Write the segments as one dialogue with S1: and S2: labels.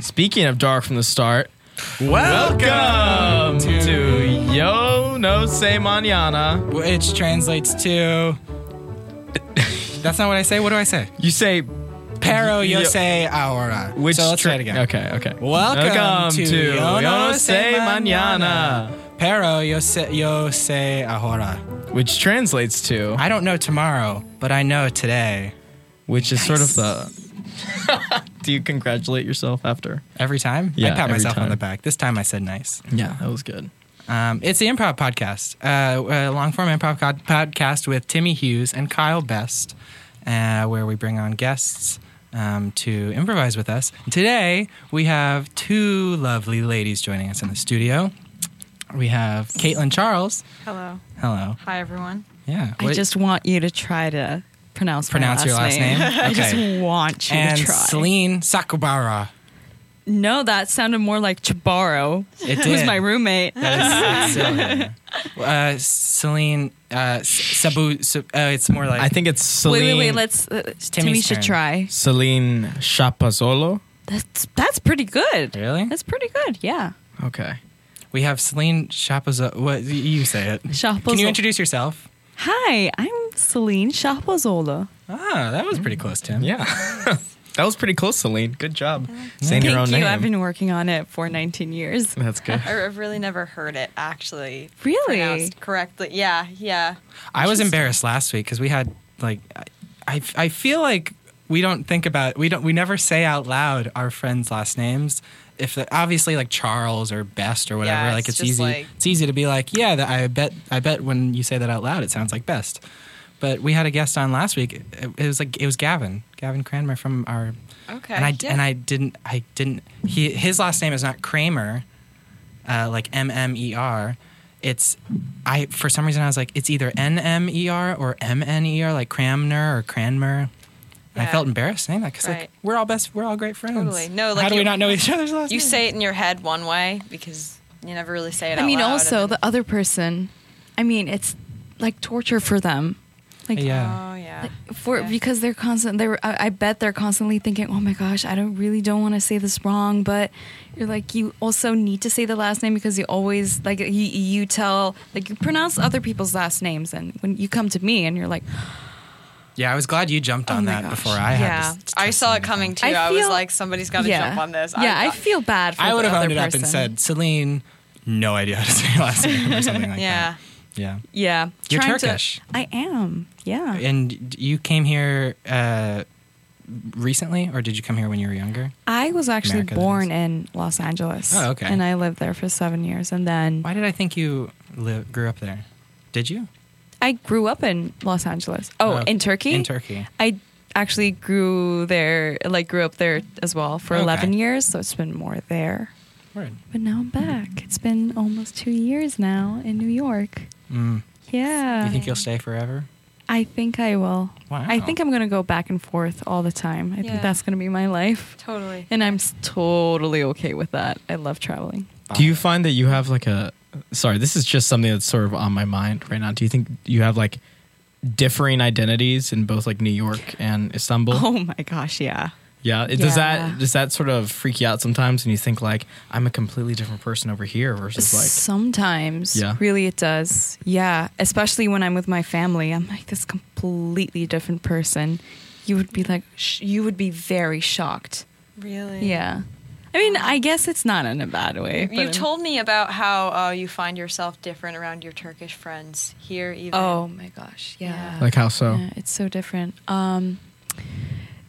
S1: Speaking of dark from the start, welcome to, Yo No Se Manana.
S2: Which translates to. That's not what I say. What do I say?
S1: You say,
S2: Pero
S1: Yo-
S2: yo se ahora.
S1: which
S2: so let's
S1: tra-
S2: try it again.
S1: Okay, okay.
S2: Welcome, to,
S1: Yo No
S2: se
S1: Se Manana,
S2: Pero yo se, yo se ahora.
S1: which translates to,
S2: I don't know tomorrow, but I know today.
S1: which is sort of the. Do you congratulate yourself after?
S2: Every time?
S1: Yeah,
S2: I pat
S1: every
S2: myself
S1: time.
S2: on the back. This time I said nice.
S1: Yeah, that was good.
S2: Um, it's the Improv Podcast, uh, a long form improv cod- podcast with Timmy Hughes and Kyle Best, uh, where we bring on guests um, to improvise with us. Today, we have two lovely ladies joining us in the studio. We have Caitlin Charles.
S3: Hello.
S2: Hello.
S3: Hi, everyone.
S2: Yeah.
S4: I
S2: What-
S4: just want you to try to pronounce my
S2: Pronounce your last name?
S4: I just
S2: Okay.
S4: want you
S2: and
S4: to try.
S2: Celine Sakubara.
S4: No, that sounded more like Chabaro.
S2: It
S4: Who's
S2: did.
S4: my roommate?
S2: That is silly. uh, Celine uh, Sabu. Sab- uh, it's more like
S1: I think it's Celine.
S4: Wait, wait, wait. Let's. Uh, Timmy
S2: Timmy's
S4: should
S2: turn.
S4: try.
S1: Celine Chapazolo.
S4: That's that's pretty good.
S2: Really?
S4: That's pretty good. Yeah.
S1: Okay.
S2: We have Celine Chapazo. What you say it?
S4: Chapazo-
S2: Can you introduce yourself?
S4: Hi, I'm Celine Shapozola.
S2: Ah, that was pretty close, Tim.
S1: Yeah. that was pretty close, Celine. Good job. Saying
S4: Thank
S1: your own
S4: you.
S1: name.
S4: I've been working on it for 19 years.
S1: That's good.
S3: I- I've really never heard it actually
S4: Really?
S3: pronounced correctly. Yeah, yeah.
S2: I was embarrassed last week because we had like, I I feel like we don't think about we don't we never say out loud our friends' last names. If obviously like Charles or Best or whatever,
S3: Yeah,
S2: like
S3: it's
S2: it's
S3: just
S2: easy.
S3: like-
S2: it's easy to be like, yeah, that, I bet I bet when you say that out loud, it sounds like Best. But we had a guest on last week. It, it was like it was Gavin, Gavin Cranmer from our
S3: Okay.
S2: and I
S3: yeah.
S2: and I didn't I didn't he his last name is not Kramer, uh, like M M E R. It's I for some reason I was like it's either N M E R or M N E R like Cramner or Cranmer. And I
S3: Yeah.
S2: felt embarrassed saying that because
S3: Right.
S2: like we're all best we're all great friends.
S3: Totally. No, like
S2: how do we
S3: you-
S2: not know each other's last?
S3: you
S2: names?
S3: say it in your head one way because you never really say it.
S4: I
S3: out
S4: mean,
S3: loud
S4: also
S3: and
S4: the
S3: then-
S4: other person. I mean, it's like torture for them. Like,
S2: yeah.
S3: Oh yeah.
S4: for
S3: Yeah.
S4: because they're constant they were I, I bet they're constantly thinking oh my gosh i don't really don't want to say this wrong but you're like you also need to say the last name because you always like you, you tell like you pronounce other people's last names and when you come to me and you're like
S2: Yeah, I was glad you jumped
S4: Oh
S2: on
S4: my
S2: that
S4: gosh.
S2: before I had.
S3: yeah.
S2: to s-
S3: I
S2: to
S3: saw
S2: say
S3: it coming too.
S4: I
S3: I, was
S4: feel-
S3: like, somebody's got to
S4: yeah
S3: jump on this.
S4: yeah
S3: I,
S4: i feel bad for
S2: I
S4: the
S2: would have
S4: other
S2: owned it up and
S4: person.
S2: said Celine. No idea how to say your last name or something like
S3: Yeah.
S2: that. Yeah.
S4: yeah
S2: You're
S4: trying to-
S2: Turkish.
S4: i am yeah
S2: And you came here uh, recently, or did you come here when you were younger?
S4: i was actually
S2: America, that is.
S4: born in los angeles
S2: Oh, okay.
S4: and i lived there for seven years and then
S2: Why did I think you li- grew up there? Did you?
S4: I grew up in Los Angeles. Oh,
S2: Oh,
S4: in Turkey.
S2: in Turkey.
S4: I actually grew there, like grew up there as well for
S2: Okay.
S4: eleven years. So it's been more there.
S2: Word.
S4: But now I'm back. It's been almost two years now in New York.
S2: Mm.
S4: Yeah.
S2: You think you'll stay forever?
S4: I think I will.
S2: Wow.
S4: I think I'm gonna go back and forth all the time. I
S3: Yeah.
S4: think that's gonna be my life,
S3: totally.
S4: and I'm s- totally okay with that. I love traveling.
S1: Do you find that you have like a sorry, this is just something that's sort of on my mind right now. Do you think you have like differing identities in both like New York and Istanbul?
S4: Oh my gosh, yeah.
S1: Yeah. It- Does
S4: Yeah.
S1: that does that sort of freak you out sometimes and you think like I'm a completely different person over here versus like
S4: sometimes
S1: Yeah.
S4: really it does yeah especially when i'm with my family i'm like this completely different person you would be like sh- you would be very shocked
S3: Really.
S4: yeah i mean i guess it's not in a bad way but
S3: You
S4: I'm-
S3: told me about how uh, you find yourself different around your Turkish friends here, even.
S4: oh my gosh yeah,
S1: like how so?
S4: Yeah, it's so different um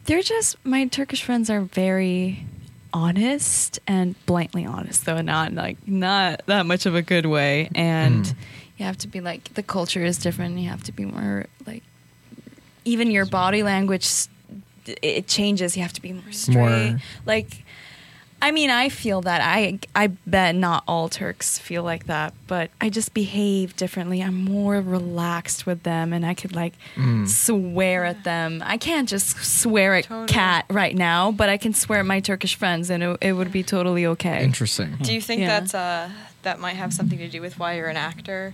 S4: they're just my turkish friends are very honest and blatantly honest though not like not that much of a good way and
S1: Mm.
S4: you have to be like the culture is different you have to be more like even your body language s- it changes you have to be more straight
S1: More-
S4: like i mean i feel that i i bet not all turks feel like that but i just behave differently i'm more relaxed with them and i could like
S1: Mm.
S4: swear at them i can't just swear at
S3: Totally.
S4: cat right now but i can swear at my turkish friends and it, it would be totally okay
S1: Interesting.
S3: Do you think
S4: Yeah.
S3: that's uh, that might have something to do with why you're an actor?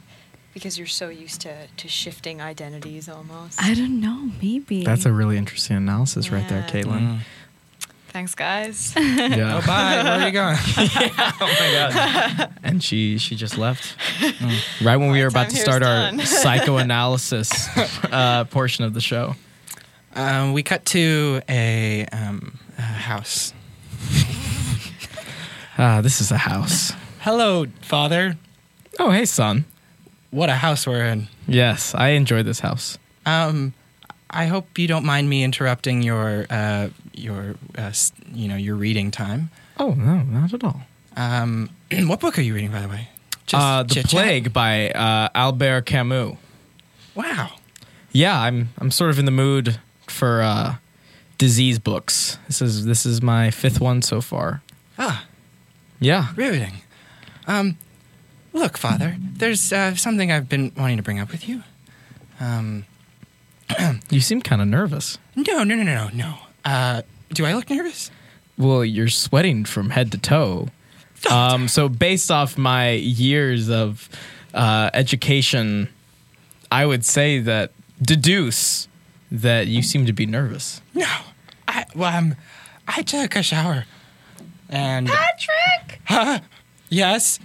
S3: Because you're so used to, to shifting identities almost.
S4: i don't know maybe
S1: That's a really interesting analysis right there,
S3: Yeah.
S1: Caitlin.
S3: Thanks, guys.
S2: Oh,
S1: Yeah.
S2: Mm. bye. Where are you going?
S1: and she she just left right when we were about to
S3: time here's
S1: start our
S3: done.
S1: psychoanalysis uh, portion of the show.
S2: Um, we cut to a, um, a house.
S1: Ah, this is a house.
S2: Hello, father.
S1: Oh, hey, son.
S2: What a house we're in.
S1: Yes, I enjoy this house.
S2: Um, I hope you don't mind me interrupting your uh, your uh, s- you know your reading time.
S1: Oh no, not at all.
S2: Um, what book are you reading, by the way?
S1: uh, the
S2: chit-chat?
S1: Plague by uh, Albert Camus.
S2: Wow.
S1: Yeah, I'm I'm sort of in the mood for uh, disease books. This is this is my fifth one so far.
S2: Ah,
S1: Yeah.
S2: riveting. Um, look, father. There's uh, something I've been wanting to bring up with you. Um,
S1: You seem kind of nervous.
S2: no, no, no, no, no. Uh, do I look nervous?
S1: Well, you're sweating from head to toe. Um, so, based off my years of uh, education, I would say that deduce that you seem to be nervous.
S2: No. I well, um, I took a shower. And
S5: Patrick,
S2: yes.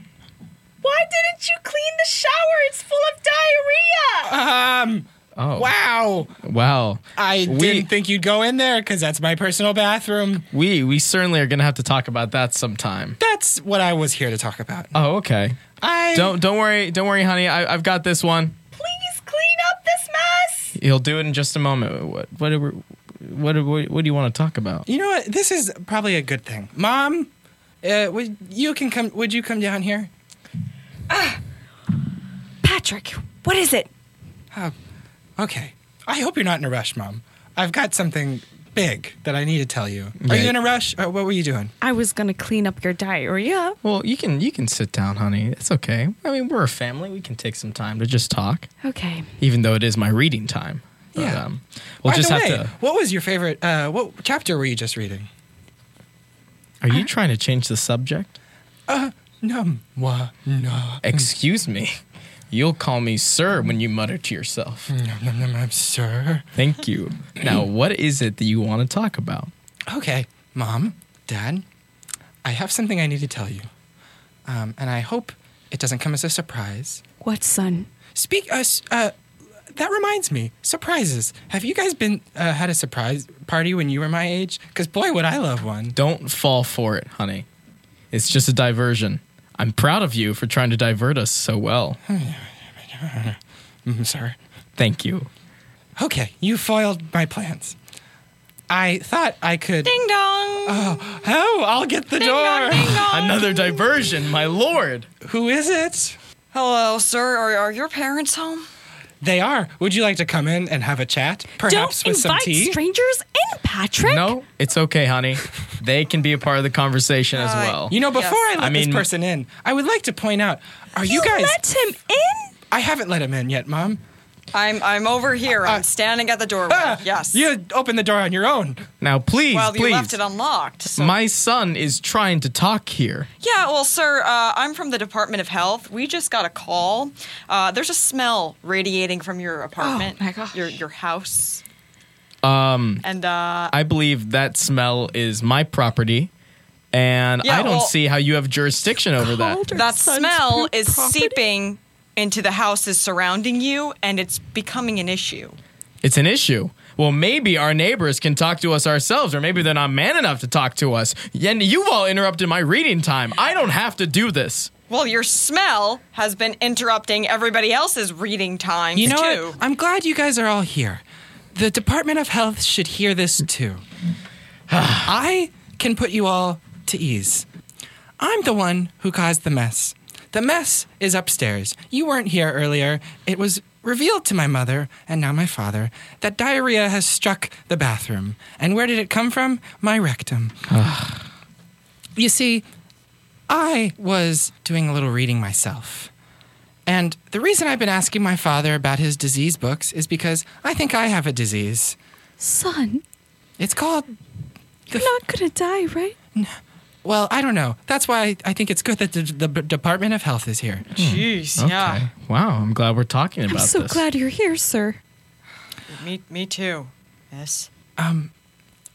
S5: why didn't you clean the shower? It's full of diarrhea.
S2: Um.
S1: Oh,
S2: Wow.
S1: Wow.
S2: I
S1: We-
S2: didn't think you'd go in there because that's my personal bathroom.
S1: We we certainly are going to have to talk about that sometime.
S2: That's what I was here to talk about.
S1: Oh, okay.
S2: I
S1: Don't don't worry, don't worry, honey. I, I've got this one.
S5: Please clean up this mess.
S1: He'll do it in just a moment. What what are we- what are we- what do you want to talk about?
S2: You know what? This is probably a good thing. Mom, uh, would you can come? Would you come down here?
S4: Patrick, what is it?
S2: Oh, Okay. I hope you're not in a rush, Mom. I've got something big that I need to tell you. Are
S1: Yeah.
S2: you in a rush? Or what were you doing?
S4: I was gonna clean up your diarrhea.
S1: Well, you can you can sit down, honey. It's okay. I mean, we're a family. We can take some time to just talk,
S4: Okay.
S1: even though it is my reading time. But,
S2: Yeah.
S1: um, we'll
S2: By
S1: just
S2: the
S1: have
S2: way,
S1: to.
S2: What was your favorite? Uh, what chapter were you just reading?
S1: Are you trying to change the subject?
S2: Num. Wa. No.
S5: Hmm.
S1: Excuse me. You'll call me sir when you mutter to yourself.
S2: Num. Num. Num. num, Sir.
S1: Thank you. Now, what is it that you want to talk about?
S2: Okay, Mom, Dad, I have something I need to tell you, um, and I hope it doesn't come as a surprise.
S4: What son?
S2: Speak us. Uh, that reminds me, surprises. Have you guys been uh, had a surprise party when you were my age? Because boy, would I love one.
S1: Don't fall for it, honey. It's just a diversion. I'm proud of you for trying to divert us so well.
S2: Mm, sir.
S1: Thank you.
S2: Okay, you foiled my plans. I thought I could.
S3: ding dong.
S2: Oh, oh, I'll get the door.
S3: dong, ding dong.
S1: Another diversion, my lord.
S2: Who is it?
S3: Hello, sir. Are, are your parents home?
S2: They are. Would you like to come in and have a chat? Perhaps
S4: Don't
S2: with some
S4: invite
S2: tea?
S4: strangers in, Patrick.
S1: No, it's okay, honey. They can be a part of the conversation as well.
S2: You know,
S3: Yes.
S2: before I let
S1: I mean-
S2: this person in, I would like to point out: Are you,
S4: You
S2: guys?
S4: let him in.
S2: I haven't let him in yet, Mom.
S3: I'm I'm over here.
S2: Uh,
S3: I'm standing at the doorway.
S2: Ah,
S3: yes.
S2: You opened the door on your own.
S1: now, please,
S3: well, you
S1: please.
S3: left it unlocked. So.
S1: my son is trying to talk here.
S3: yeah, well, sir, uh, I'm from the Department of Health. We just got a call. Uh, there's a smell radiating from your apartment,
S4: Oh my gosh.
S3: your your house. Um, and uh,
S1: I believe that smell is my property, and
S3: Yeah,
S1: I don't
S3: well-
S1: see how you have jurisdiction over that.
S4: Calder.
S3: that
S4: son's
S3: smell
S4: poop
S3: is
S4: property?
S3: seeping into the houses surrounding you, and it's becoming an issue.
S1: It's an issue. Well, maybe our neighbors can talk to us ourselves, or maybe they're not man enough to talk to us. And you've all interrupted my reading time. I don't have to do this.
S3: Well, your smell has been interrupting everybody else's reading time
S2: You know
S3: too.
S2: what? I'm glad you guys are all here. The Department of Health should hear this too. I can put you all to ease. I'm the one who caused the mess. The mess is upstairs. You weren't here earlier. It was revealed to my mother and now my father that diarrhea has struck the bathroom. And where did it come from? My rectum. you see, I was doing a little reading myself. And the reason I've been asking my father about his disease books is because I think I have a disease.
S4: Son,
S2: It's called.
S4: you're not gonna die, right?
S2: Well, I don't know. That's why I think it's good that the, the B- Department of Health is here.
S3: Jeez, yeah.
S1: Wow, I'm glad we're talking
S4: I'm
S1: about
S4: so
S1: this.
S4: glad you're here, sir.
S3: Me, me too. Yes.
S2: I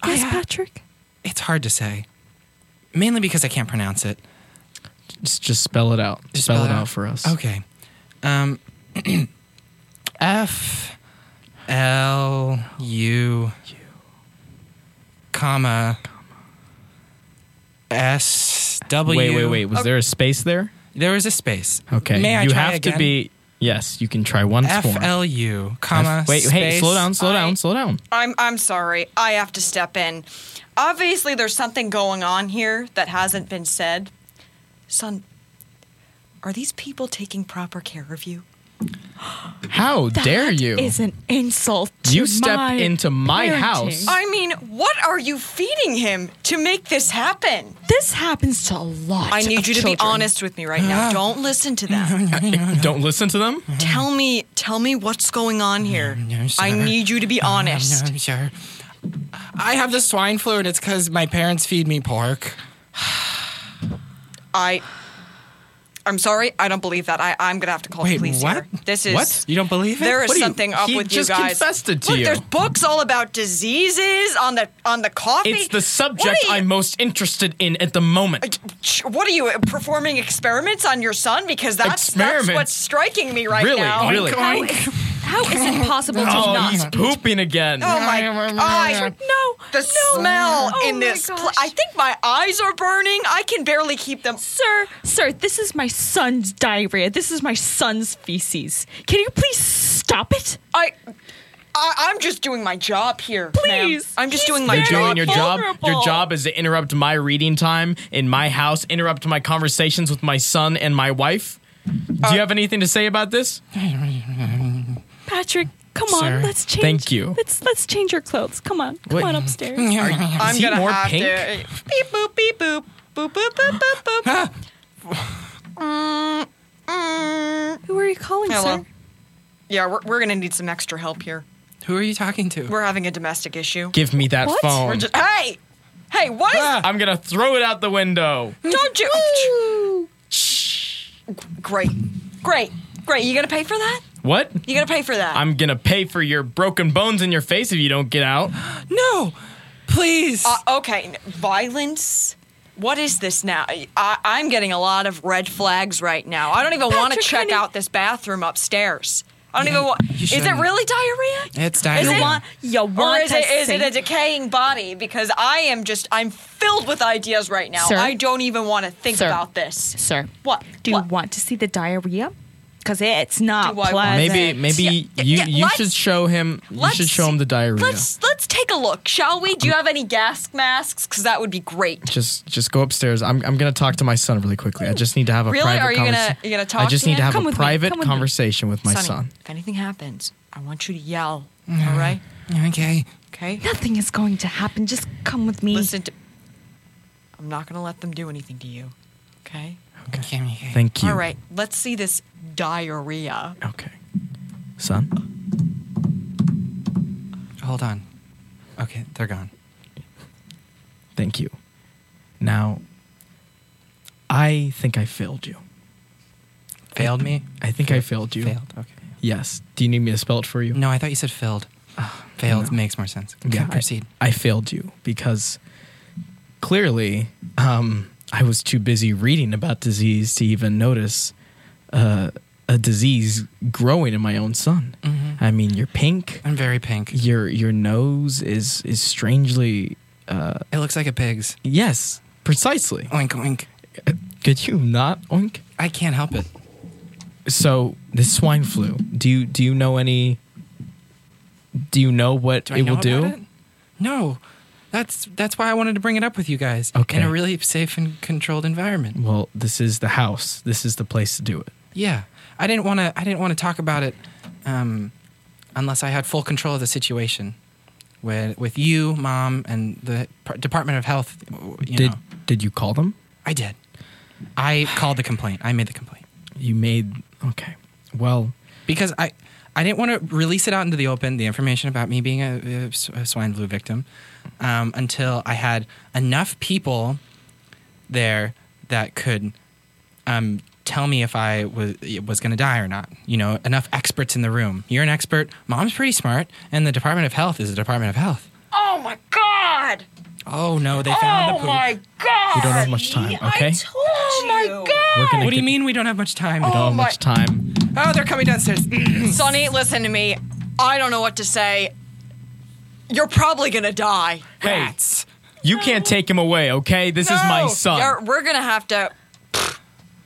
S4: Yes,
S2: ha-
S3: uh,
S4: Patrick.
S2: it's hard to say, mainly because I can't pronounce it.
S1: Just, just spell it out.
S2: Just
S1: spell, it out. for us.
S2: Okay. Um, F L U comma S W.
S1: Wait, wait, wait. Was there a space there?
S2: There was a space.
S1: Okay.
S2: May I
S1: you
S2: try
S1: have
S2: again?
S1: to be. Yes, you can try once
S2: F
S1: more.
S2: L U comma.
S1: F- Wait, hey,
S2: space-
S1: slow down, slow
S3: I-
S1: down, slow down.
S3: I'm I'm sorry. I have to step in. Obviously, there's something going on here that hasn't been said. Son, are these people taking proper care of you?
S1: How dare
S4: That
S1: you?
S4: Is an insult. to
S1: You step
S4: my
S1: into my
S4: parenting.
S1: house.
S3: I mean, what are you feeding him to make this happen?
S4: This happens to a lot.
S3: I need
S4: of
S3: you to be
S4: children.
S3: honest with me right now. Don't listen to them.
S1: Don't listen to them.
S3: tell me, tell me what's going on here.
S2: no,
S3: I
S2: sir.
S3: need you to be honest.
S2: I'm sure. I have the swine flu, and it's because my parents feed me pork.
S3: I I'm sorry, I don't believe that. I, I'm gonna have to call the
S2: Wait,
S3: police
S2: what?
S3: here. This is
S2: What? You don't believe it?
S3: There is
S1: What do you-
S3: something up
S1: he
S3: with
S1: just
S3: you guys.
S1: confessed it to
S3: Look,
S1: you.
S3: there's books all about diseases on the on the coffee.
S1: It's the
S3: What
S1: subject
S3: are you-
S1: I'm most interested in at the moment.
S3: Ch- What are you uh, performing experiments on your son? Because that's, that's
S1: Experiments?
S3: what's striking me right
S1: Really?
S3: now.
S1: Really?
S4: How is, how is it possible to
S1: Oh,
S4: not?
S1: he's pooping again.
S3: Oh my! I,
S4: No,
S3: the smell
S4: Oh
S3: in
S4: my
S3: this.
S4: gosh.
S3: Pl- I think my eyes are burning. I can barely keep them.
S5: Sir, sir, this is my son's diarrhea. This is my son's feces. Can you please stop it?
S3: I, I I'm just doing my job here. ma'am.
S5: Please.
S3: I'm just
S5: He's
S3: doing my
S5: very
S3: job.
S1: Doing your job. Your
S5: vulnerable.
S1: job is to interrupt my reading time in my house, interrupt my conversations with my son and my wife.
S3: Uh,
S1: Do you have anything to say about this?
S5: Patrick, come
S2: Sir,
S5: on, let's change.
S1: thank you.
S5: Let's let's change your clothes. Come on, come
S1: Wait.
S5: on upstairs.
S3: I'm
S1: Is he
S3: gonna
S1: more
S3: have
S1: pink?
S3: to beep boop beep boop boop boop boop boop boop. Mm,
S5: Who are you calling,
S3: Hello.
S5: sir?
S3: Yeah, we're we're gonna need some extra help here.
S2: Who are you talking to?
S3: We're having a domestic issue.
S1: Give me that
S5: What?
S1: phone.
S3: We're just hey, hey, what? is-
S2: Ah.
S1: I'm gonna throw it out the window.
S3: Don't you? Great, great, great. You gonna pay for that?
S1: What?
S3: You gonna pay for that?
S1: I'm gonna pay for your broken bones in your face if you don't get out.
S2: No, please.
S3: Uh, okay, n- violence. What is this now? I, I'm getting a lot of red flags right now. I don't even want to
S5: Patrick,
S3: check
S5: honey.
S3: out this bathroom upstairs. I don't even want.
S2: you
S3: Is it
S2: shouldn't.
S3: really diarrhea?
S2: it's diarrhea.
S3: it-
S5: Want you
S3: Or
S5: want
S3: Oh, is it,
S5: to
S3: is it
S5: sing?
S3: a decaying body? Because I am just, I'm filled with ideas right now.
S5: Sir?
S3: I don't even want to think
S5: Sir?
S3: about this.
S5: Sir,
S3: What?
S5: do you
S3: What?
S5: want to see the diarrhea? Because it's not
S3: Do I want-
S5: pleasant.
S1: Maybe maybe
S3: Yeah,
S1: you
S3: yeah,
S1: you
S3: let's-
S1: should show him you
S3: let's
S1: should show him the diarrhea.
S3: Let's let's take a look, shall we? Do you have any gas masks? Because that would be great.
S1: just just go upstairs. I'm I'm gonna talk to my son really quickly. I just need to have a
S3: Really?
S1: private
S3: Are you gonna-
S1: conversa-
S3: you gonna
S1: I
S3: talk
S1: just
S3: to
S1: need
S3: him?
S1: to have
S5: Come
S1: a
S5: with me.
S1: private
S5: Come with me.
S1: conversation with my
S3: Sonny,
S1: son.
S3: if anything happens, I want you to yell. All right?
S2: okay.
S3: Okay.
S5: Nothing is going to happen. Just come with me.
S3: Listen to. I'm not gonna let them do anything to you. Okay.
S2: Okay. okay.
S1: Thank you.
S3: All right. Let's see this diarrhea.
S1: Okay. Son,
S2: Hold on. Okay, they're gone.
S1: thank you. Now I think I failed you.
S2: Failed me?
S1: I think I failed you.
S2: Failed. Okay.
S1: Yes. Do you need me to spell it for you?
S2: No, I thought you said failed. Failed makes more sense. Okay,
S1: Ah, Yeah, I-
S2: proceed.
S1: I, failed you because clearly um, I was too busy reading about disease to even notice uh, a disease growing in my own son.
S2: Mm-hmm.
S1: I mean, you're pink.
S2: I, am very pink.
S1: Your your nose is is strangely uh,
S2: It looks like a pig's.
S1: yes, precisely.
S2: Oink oink.
S1: Could you not oink?
S2: I can't help it.
S1: So this swine flu. Do you do you know any? Do you know what
S2: Do I
S1: it
S2: know
S1: will do?
S2: about it? No. That's that's why I wanted to bring it up with you guys.
S1: Okay.
S2: In a really safe and controlled environment.
S1: Well, this is the house. This is the place to do it.
S2: Yeah. I didn't want to I didn't want to talk about it um, unless I had full control of the situation. With with you, mom, and the Par- Department of Health, you
S1: did
S2: know.
S1: did you call them?
S2: I did. I called the complaint. I made the complaint
S1: You made okay. Well,
S2: because I I didn't want to release it out into the open the information about me being a, a s- a swine flu victim um, until I had enough people there that could um, tell me if I was was going to die or not. You know, enough experts in the room. You're an expert. Mom's pretty smart, and the Department of Health is the Department of Health.
S3: Oh my God!
S2: Oh no, they found the poop.
S3: god!
S1: We don't have much time, okay?
S3: Oh my god!
S1: We're gonna
S2: What do you
S1: get-
S2: mean we don't have much time?
S1: We don't have
S3: my-
S1: much time.
S2: Oh, they're coming downstairs.
S3: Sonny, listen to me. I don't know what to say. You're probably gonna die.
S1: Hey, you can't take him away, okay? This is my
S3: No,
S1: son.
S3: Oh, you're- we're gonna have to.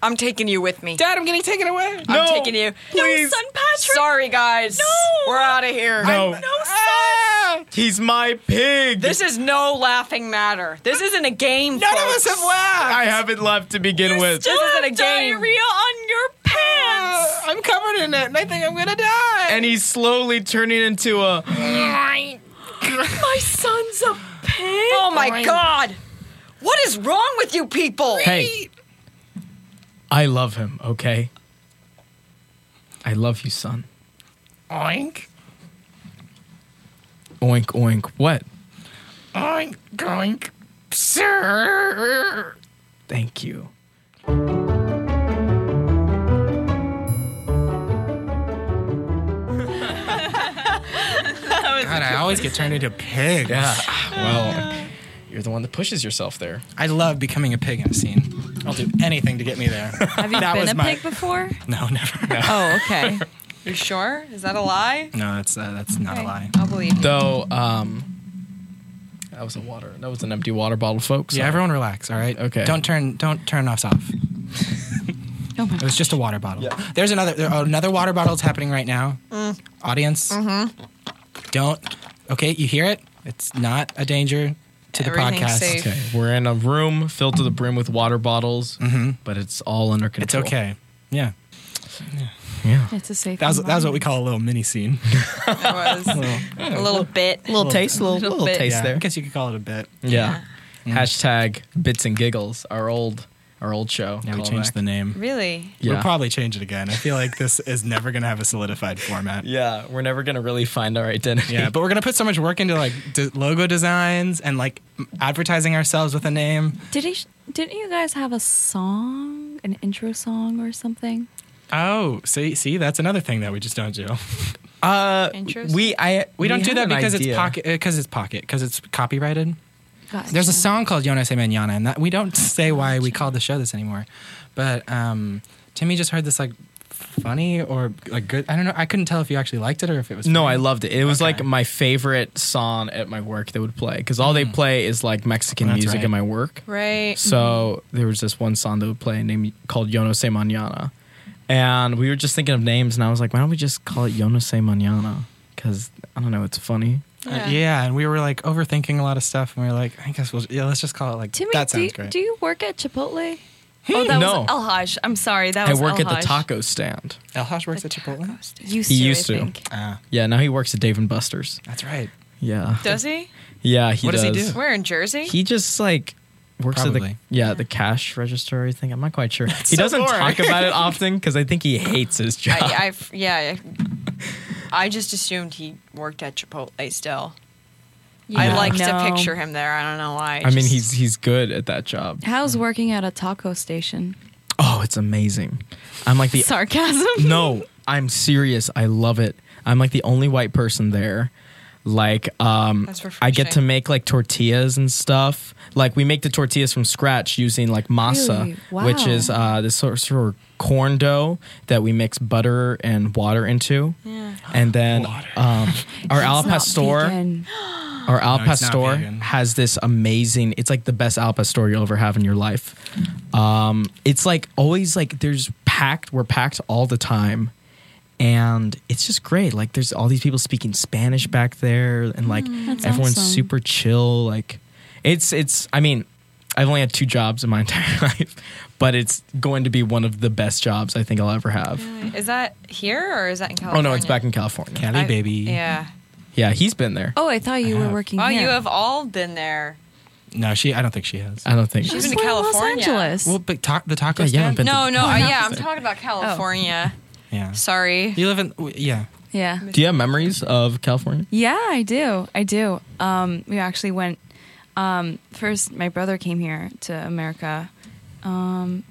S3: I'm taking you with me.
S2: Dad, I'm getting taken away.
S1: No,
S3: I'm taking you.
S1: please.
S5: Son Patrick.
S3: Sorry, guys.
S5: No.
S3: We're out of here.
S1: No.
S2: Ah!
S1: He's my pig.
S3: This is no laughing matter. This isn't a game.
S2: None
S3: folks.
S2: of us have laughed.
S1: I haven't left to begin with.
S3: This isn't a game.
S5: Diarrhea on your pants.
S2: Uh, I'm covered in it, and I think I'm gonna die.
S1: and he's slowly turning into a.
S5: My son's a pig.
S3: Oh my god! What is wrong with you people?
S1: Hey, I love him, okay? I love you, son.
S2: oink,
S1: Oink, oink. What?
S2: oink, oink, sir.
S1: Thank you.
S2: God, I always get turned into a pig.
S1: Yeah. Well, you're the one that pushes yourself there.
S2: I love becoming a pig in a scene. I'll do anything to get me there.
S4: Have you
S2: That
S4: been
S2: was
S4: a
S2: my-
S4: pig before?
S2: no, never. No,
S4: Oh, okay.
S3: You sure? Is that a lie?
S2: that's uh, that's not a lie.
S3: I'll believe you.
S1: Though, um, that was a water. That was an empty water bottle, folks.
S2: Yeah, everyone relax. All right.
S1: Okay.
S2: Don't turn don't turn us off.
S4: Oh my
S2: It was just a water bottle. There's another there, another water bottle's happening right now.
S3: Mm.
S2: Audience,
S3: Mm-hmm.
S2: don't. Okay, you hear it? It's not a danger to the
S3: Everything's
S2: podcast.
S3: safe.
S1: Okay, we're in a room filled to the brim with water bottles, but it's all under control.
S2: Mm-hmm. It's okay. Yeah,
S1: Yeah.
S4: It's a safe.
S2: that was that was what we call a little mini scene.
S3: That was a little bit.
S1: A little taste, little, little,
S4: bit.
S1: taste
S2: yeah, Mm.
S1: there.
S2: I guess you could call it a bit.
S1: Yeah. Hashtag bits and giggles. Our old, our old show.
S2: Yeah, we
S1: Callback.
S2: changed the name.
S3: Really?
S1: Yeah.
S2: We'll probably change it again. I feel like this is never gonna have a solidified format.
S1: yeah, we're never gonna really find our identity.
S2: Yeah, but we're gonna put so much work into like d- logo designs and like m- advertising ourselves with a name.
S4: Did he, didn't you guys have a song, an intro song or something?
S2: Oh, see, see, that's another thing that we just don't do.
S1: uh,
S3: Interest?
S1: we I
S2: We don't do
S1: had
S2: that
S1: an
S2: because it's
S1: idea.
S2: pocket because it's pocket because it's copyrighted.
S4: Gotcha.
S2: There's a song called Yo No Se Mañana, and that we don't say why we called the show this anymore. But um, Timmy just heard this like funny or like good. I don't know. I couldn't tell if you actually liked it or if it was.
S1: No, I
S2: funny.
S1: loved it. It was
S2: Okay.
S1: like my favorite song at my work they would play because all they play is like Mexican
S2: Mm. That's
S1: music
S2: right.
S1: at my work.
S3: Right.
S1: So there was this one song they would play named called Yo No Se Mañana. And we were just thinking of names, and I was like, why don't we just call it Yo No Se Mañana? Because, I don't know, it's funny.
S2: Uh, yeah, and we were like overthinking a lot of stuff, and we were like, I guess we'll yeah, let's just call it like
S4: Timmy,
S2: that
S4: do, you-
S2: sounds great.
S4: do you work at Chipotle? Oh, that
S1: No.
S4: was El Haj. I'm sorry. That
S1: I
S4: was
S1: work
S4: El
S1: at the
S4: Haj.
S1: taco stand.
S2: El Haj works at Chipotle.
S4: Used to,
S1: He used
S4: I
S1: to.
S4: think.
S2: Ah,
S1: Yeah, now he works at Dave and Buster's.
S2: that's right.
S1: Yeah.
S3: Does he?
S1: Yeah, he
S2: What does
S1: does.
S2: he do?
S3: We're in Jersey.
S1: He just like works at
S2: Probably.
S1: the yeah the cash register or anything. I'm not quite sure. he
S2: so
S1: doesn't
S2: boring.
S1: talk about it often because I think he hates his job.
S3: I, I've, yeah. I just assumed he worked at Chipotle still. I
S4: Yeah.
S3: like
S4: No.
S3: to picture him there. I don't know why.
S1: I mean,
S3: just-
S1: he's he's good at that job.
S4: How's working at a taco station?
S1: Oh, it's amazing. I'm like the
S4: Sarcasm.
S1: no, I'm serious. I love it. I'm like the only white person there. Like, um,
S3: That's
S1: I get to
S3: refreshing.
S1: make like tortillas and stuff. Like, we make the tortillas from scratch using like masa,
S4: Really? Wow.
S1: which is uh, this sort of, sort of corn dough that we mix butter and water into.
S3: Yeah.
S1: And then um, our al
S4: It's not
S1: pastor.
S4: vegan.
S1: Our al
S2: No, it's not
S1: pastor
S2: vegan.
S1: has this amazing. It's like the best al pastor you'll ever have in your life. Um, it's like always like there's packed. We're packed all the time, and it's just great. Like there's all these people speaking Spanish back there, and like
S4: Mm, That's
S1: everyone's
S4: awesome.
S1: super chill. Like it's it's. I mean, I've only had two jobs in my entire life, but it's going to be one of the best jobs I think I'll ever have.
S3: Is that here or is that in
S1: Oh
S3: California?
S1: no, it's back in California.
S2: Cali
S3: I-
S2: baby.
S3: Yeah.
S1: Yeah, he's been there.
S4: Oh, I thought you were
S2: have.
S4: working
S3: Wow,
S4: here.
S3: you have all been there.
S2: No, she. I don't think she has.
S1: I don't think.
S3: She's
S4: She's
S3: been
S4: in
S3: to
S4: Los
S3: California.
S4: Angeles.
S2: well, but ta- the taco
S1: Uh, Yeah, you haven't been
S2: stand.
S3: No,
S1: to-
S3: no, I, yeah, I'm
S1: Opposite.
S3: talking
S5: Oh.
S3: about California.
S2: Yeah.
S3: Sorry.
S2: You live in w- yeah.
S4: yeah.
S1: Do you have memories of California?
S4: Yeah, I do. I do. Um, we actually went. Um, first, my brother came here to America um,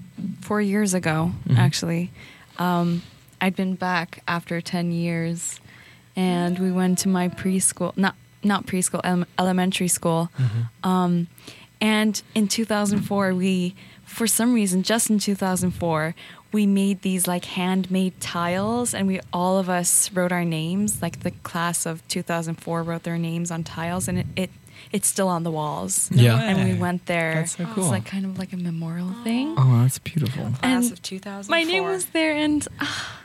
S4: four years ago,
S1: Mm-hmm.
S4: actually. Um, I'd been back after 10 years, and we went to my preschool. Not not preschool, ele- elementary school. Um, and in 2004, we, for some reason, just in 2004, we made these like handmade tiles, and we all of us wrote our names. Like the class of 2004 wrote their names on tiles, and it, it it's still on the walls.
S1: Yeah.
S4: and we went there.
S2: That's so cool.
S4: It's like kind of like a memorial thing.
S1: Oh, that's beautiful.
S3: Class
S4: And
S3: of 2004.
S4: My name was there, and